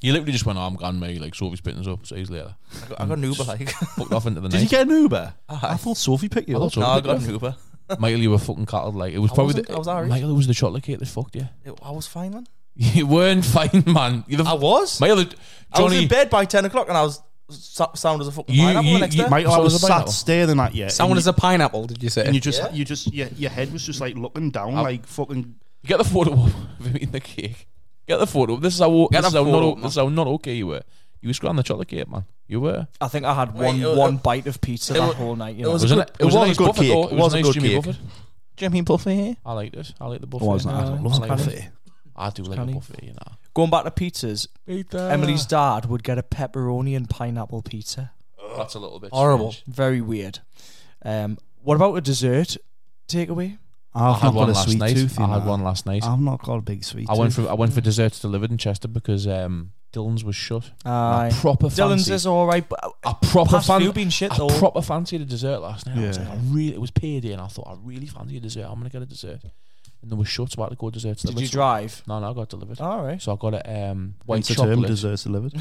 Speaker 2: you literally just went, oh, I'm gone, mate. Like Sophie's picking us up. So he's later.
Speaker 5: I got, I got an Uber.
Speaker 1: *laughs*
Speaker 5: Like,
Speaker 2: Fucked off into the
Speaker 4: Did
Speaker 2: night.
Speaker 4: you get an Uber?
Speaker 5: Aye.
Speaker 4: I thought Sophie picked
Speaker 2: I
Speaker 4: you
Speaker 2: thought
Speaker 4: up.
Speaker 2: so.
Speaker 5: no, I got an Uber.
Speaker 2: Michael, you were fucking cattled. Like it was
Speaker 5: I
Speaker 2: probably
Speaker 5: wasn't-
Speaker 2: the,
Speaker 5: I was Irish.
Speaker 2: Michael. It was the chocolate cake that fucked you. *laughs*
Speaker 5: It, I was fine, man.
Speaker 2: You weren't fine, man. You the
Speaker 5: I was.
Speaker 2: Michael, the,
Speaker 5: I was in
Speaker 2: Johnny.
Speaker 5: bed by ten o'clock and I was so- sound as a fucking
Speaker 2: You-
Speaker 5: pineapple
Speaker 2: you-
Speaker 5: the next
Speaker 2: you-
Speaker 5: day.
Speaker 4: Michael, I
Speaker 2: So
Speaker 4: was
Speaker 2: was I,
Speaker 4: sat
Speaker 2: though.
Speaker 4: staring at you.
Speaker 3: Someone
Speaker 4: and
Speaker 3: is a pineapple. Did you say?
Speaker 4: and you just
Speaker 5: Yeah.
Speaker 4: you just your, your head was just like looking down,
Speaker 2: I-
Speaker 4: like fucking.
Speaker 2: You get the photo up *laughs* of him eating the cake. Get the photo. This is how
Speaker 5: Get
Speaker 2: this is
Speaker 5: the
Speaker 2: how
Speaker 5: photo
Speaker 2: not
Speaker 5: up,
Speaker 2: this is how not okay you were. You were scrambling the chocolate cake, man. You were.
Speaker 1: I think I had
Speaker 5: Wait,
Speaker 1: one
Speaker 5: it-
Speaker 1: one
Speaker 5: it-
Speaker 1: bite of pizza
Speaker 5: it
Speaker 1: that
Speaker 5: was-
Speaker 1: whole night. You
Speaker 5: it
Speaker 1: know?
Speaker 5: was a
Speaker 2: an-
Speaker 5: good- it
Speaker 2: was
Speaker 5: was
Speaker 2: a
Speaker 5: a
Speaker 2: nice
Speaker 5: good
Speaker 2: buffet,
Speaker 5: cake.
Speaker 2: though.
Speaker 5: It was a
Speaker 2: nice
Speaker 5: good
Speaker 2: Jimmy
Speaker 5: cake.
Speaker 2: Buffett.
Speaker 5: Jimmy Buffet.
Speaker 2: I liked it. I like the buffet.
Speaker 4: Oh, I wasn't- I
Speaker 1: Uh,
Speaker 4: love
Speaker 1: I
Speaker 4: a
Speaker 1: kind of-
Speaker 4: buffet.
Speaker 2: I do like
Speaker 1: Canny.
Speaker 2: a buffet, you know.
Speaker 1: Going back to pizzas,
Speaker 5: Ah.
Speaker 1: Emily's dad would get a pepperoni and pineapple pizza.
Speaker 2: That's a little bit
Speaker 3: Horrible.
Speaker 2: strange.
Speaker 1: Very weird. Um, what about a dessert takeaway?
Speaker 2: I
Speaker 4: I've
Speaker 2: had
Speaker 4: not
Speaker 2: one
Speaker 4: got a
Speaker 2: last
Speaker 4: sweet
Speaker 2: night.
Speaker 4: tooth. you
Speaker 2: I had
Speaker 4: know.
Speaker 2: one last night.
Speaker 1: Ah,
Speaker 4: I've not got a big sweet
Speaker 2: I went
Speaker 4: tooth.
Speaker 2: for I went for desserts delivered in Chester because um, Dylan's was shut.
Speaker 1: Aye.
Speaker 2: I proper
Speaker 1: Dylan's
Speaker 2: fancied-
Speaker 1: is all right, but
Speaker 2: I proper
Speaker 1: past
Speaker 2: fan,
Speaker 1: few been shit though.
Speaker 2: I proper fancied a dessert last night. I was
Speaker 4: Yeah.
Speaker 2: like, I really, it was payday, and I thought I really fancy a dessert. I'm gonna get a dessert, and there was shorts about to go desserts.
Speaker 1: Did
Speaker 2: delivered.
Speaker 1: you drive?
Speaker 2: No, no, I got delivered.
Speaker 1: All right.
Speaker 2: So I got a um, white
Speaker 4: Hence the term
Speaker 2: chocolate.
Speaker 4: desserts delivered.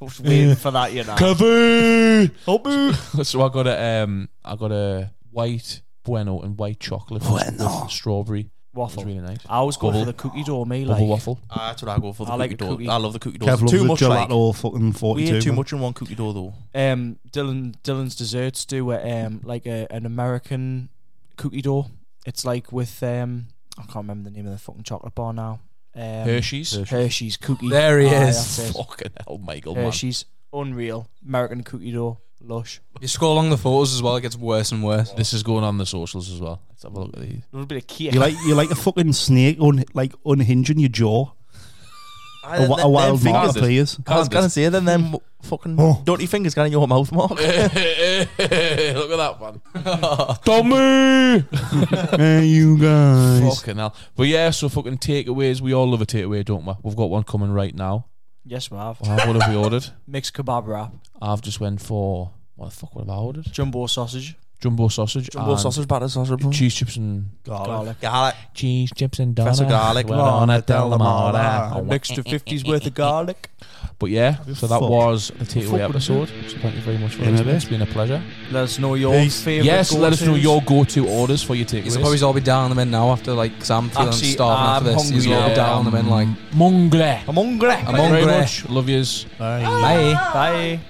Speaker 1: I was waiting for that, you know.
Speaker 2: Coffee.
Speaker 4: Oh,
Speaker 1: Help me.
Speaker 2: *laughs* so I got a um, I got a white bueno and white chocolate with-
Speaker 4: Bueno.
Speaker 2: with strawberry. It was
Speaker 1: Waffle.
Speaker 2: really nice.
Speaker 1: I was going for
Speaker 2: Bubble.
Speaker 1: the cookie dough, me
Speaker 2: Bubble
Speaker 1: like.
Speaker 2: waffle.
Speaker 5: Ah, that's what I go for. The
Speaker 1: I like
Speaker 5: cookie
Speaker 1: a
Speaker 5: dough.
Speaker 1: cookie.
Speaker 5: I love the cookie dough.
Speaker 4: Kev
Speaker 5: Too
Speaker 4: loves
Speaker 5: much
Speaker 4: the
Speaker 5: like.
Speaker 4: gelato fucking
Speaker 5: We
Speaker 4: 42.
Speaker 5: ate too
Speaker 4: man.
Speaker 5: much in one cookie dough though.
Speaker 1: Um, Dylan Dylan's desserts do a, um like a, an American cookie dough. It's like with um I can't remember the name of the fucking chocolate bar now. Um,
Speaker 2: Hershey's.
Speaker 1: Hershey's cookie.
Speaker 3: There he
Speaker 1: Aye,
Speaker 3: is.
Speaker 1: Ah, that's it.
Speaker 2: Fucking hell, Michael. Oh, man.
Speaker 1: Hershey's unreal American cookie dough, lush.
Speaker 3: You scroll along the photos as well, it gets worse and worse.
Speaker 2: This is going on the socials as well. Let's have a look at these.
Speaker 1: A little bit of cake.
Speaker 4: You like you like a fucking snake un, like unhinging your jaw.
Speaker 5: I,
Speaker 2: Uh,
Speaker 4: A, wi- a wild
Speaker 5: fingers.
Speaker 4: mark appears.
Speaker 5: I was gonna say
Speaker 1: *laughs*
Speaker 5: then them fucking
Speaker 4: Oh.
Speaker 5: dirty fingers got in your mouth,
Speaker 2: *laughs*
Speaker 5: Mark.
Speaker 2: Look at that *laughs* one. Dummy! *laughs*
Speaker 4: hey, you guys.
Speaker 2: fucking hell. But yeah, so fucking takeaways. We all love a takeaway, don't we? We've got one coming right now.
Speaker 1: yes, we have
Speaker 2: Wow, what have we ordered?
Speaker 1: mixed kebab wrap,
Speaker 2: I've just went for what the fuck? What have I ordered?
Speaker 1: jumbo sausage,
Speaker 2: Jumbo sausage.
Speaker 5: Jumbo
Speaker 2: and
Speaker 5: sausage, batter sausage, bro.
Speaker 2: Cheese chips and
Speaker 1: garlic,
Speaker 5: Garlic.
Speaker 2: cheese chips and
Speaker 5: Press
Speaker 2: donuts.
Speaker 5: of garlic.
Speaker 2: We're
Speaker 5: Well,
Speaker 2: on
Speaker 5: I
Speaker 2: a
Speaker 5: tell them all
Speaker 2: Delamada.
Speaker 5: that.
Speaker 2: Oh,
Speaker 1: mixed to fifties worth of garlic.
Speaker 2: But yeah, so that
Speaker 4: Fuck.
Speaker 2: was the takeaway
Speaker 4: Fuck.
Speaker 2: episode. So thank you very much for
Speaker 4: In a
Speaker 2: listening.
Speaker 4: bit.
Speaker 2: It's been a pleasure.
Speaker 1: Let us know your
Speaker 4: Peace.
Speaker 1: favorite.
Speaker 2: Yes, let us know
Speaker 1: go-tos.
Speaker 2: your go-to orders for your
Speaker 3: You
Speaker 2: takeaways.
Speaker 3: suppose I'll be down the men now after like because I'm feeling
Speaker 1: Actually,
Speaker 3: starving after
Speaker 1: I'm
Speaker 3: this. He's
Speaker 1: hungry
Speaker 3: all
Speaker 1: now.
Speaker 3: down the men like
Speaker 2: Mongle.
Speaker 1: I'm hungry.
Speaker 3: I'm
Speaker 2: Thank you
Speaker 3: hungry.
Speaker 2: very much. Love yous.
Speaker 4: Bye.
Speaker 3: Bye.
Speaker 1: Bye.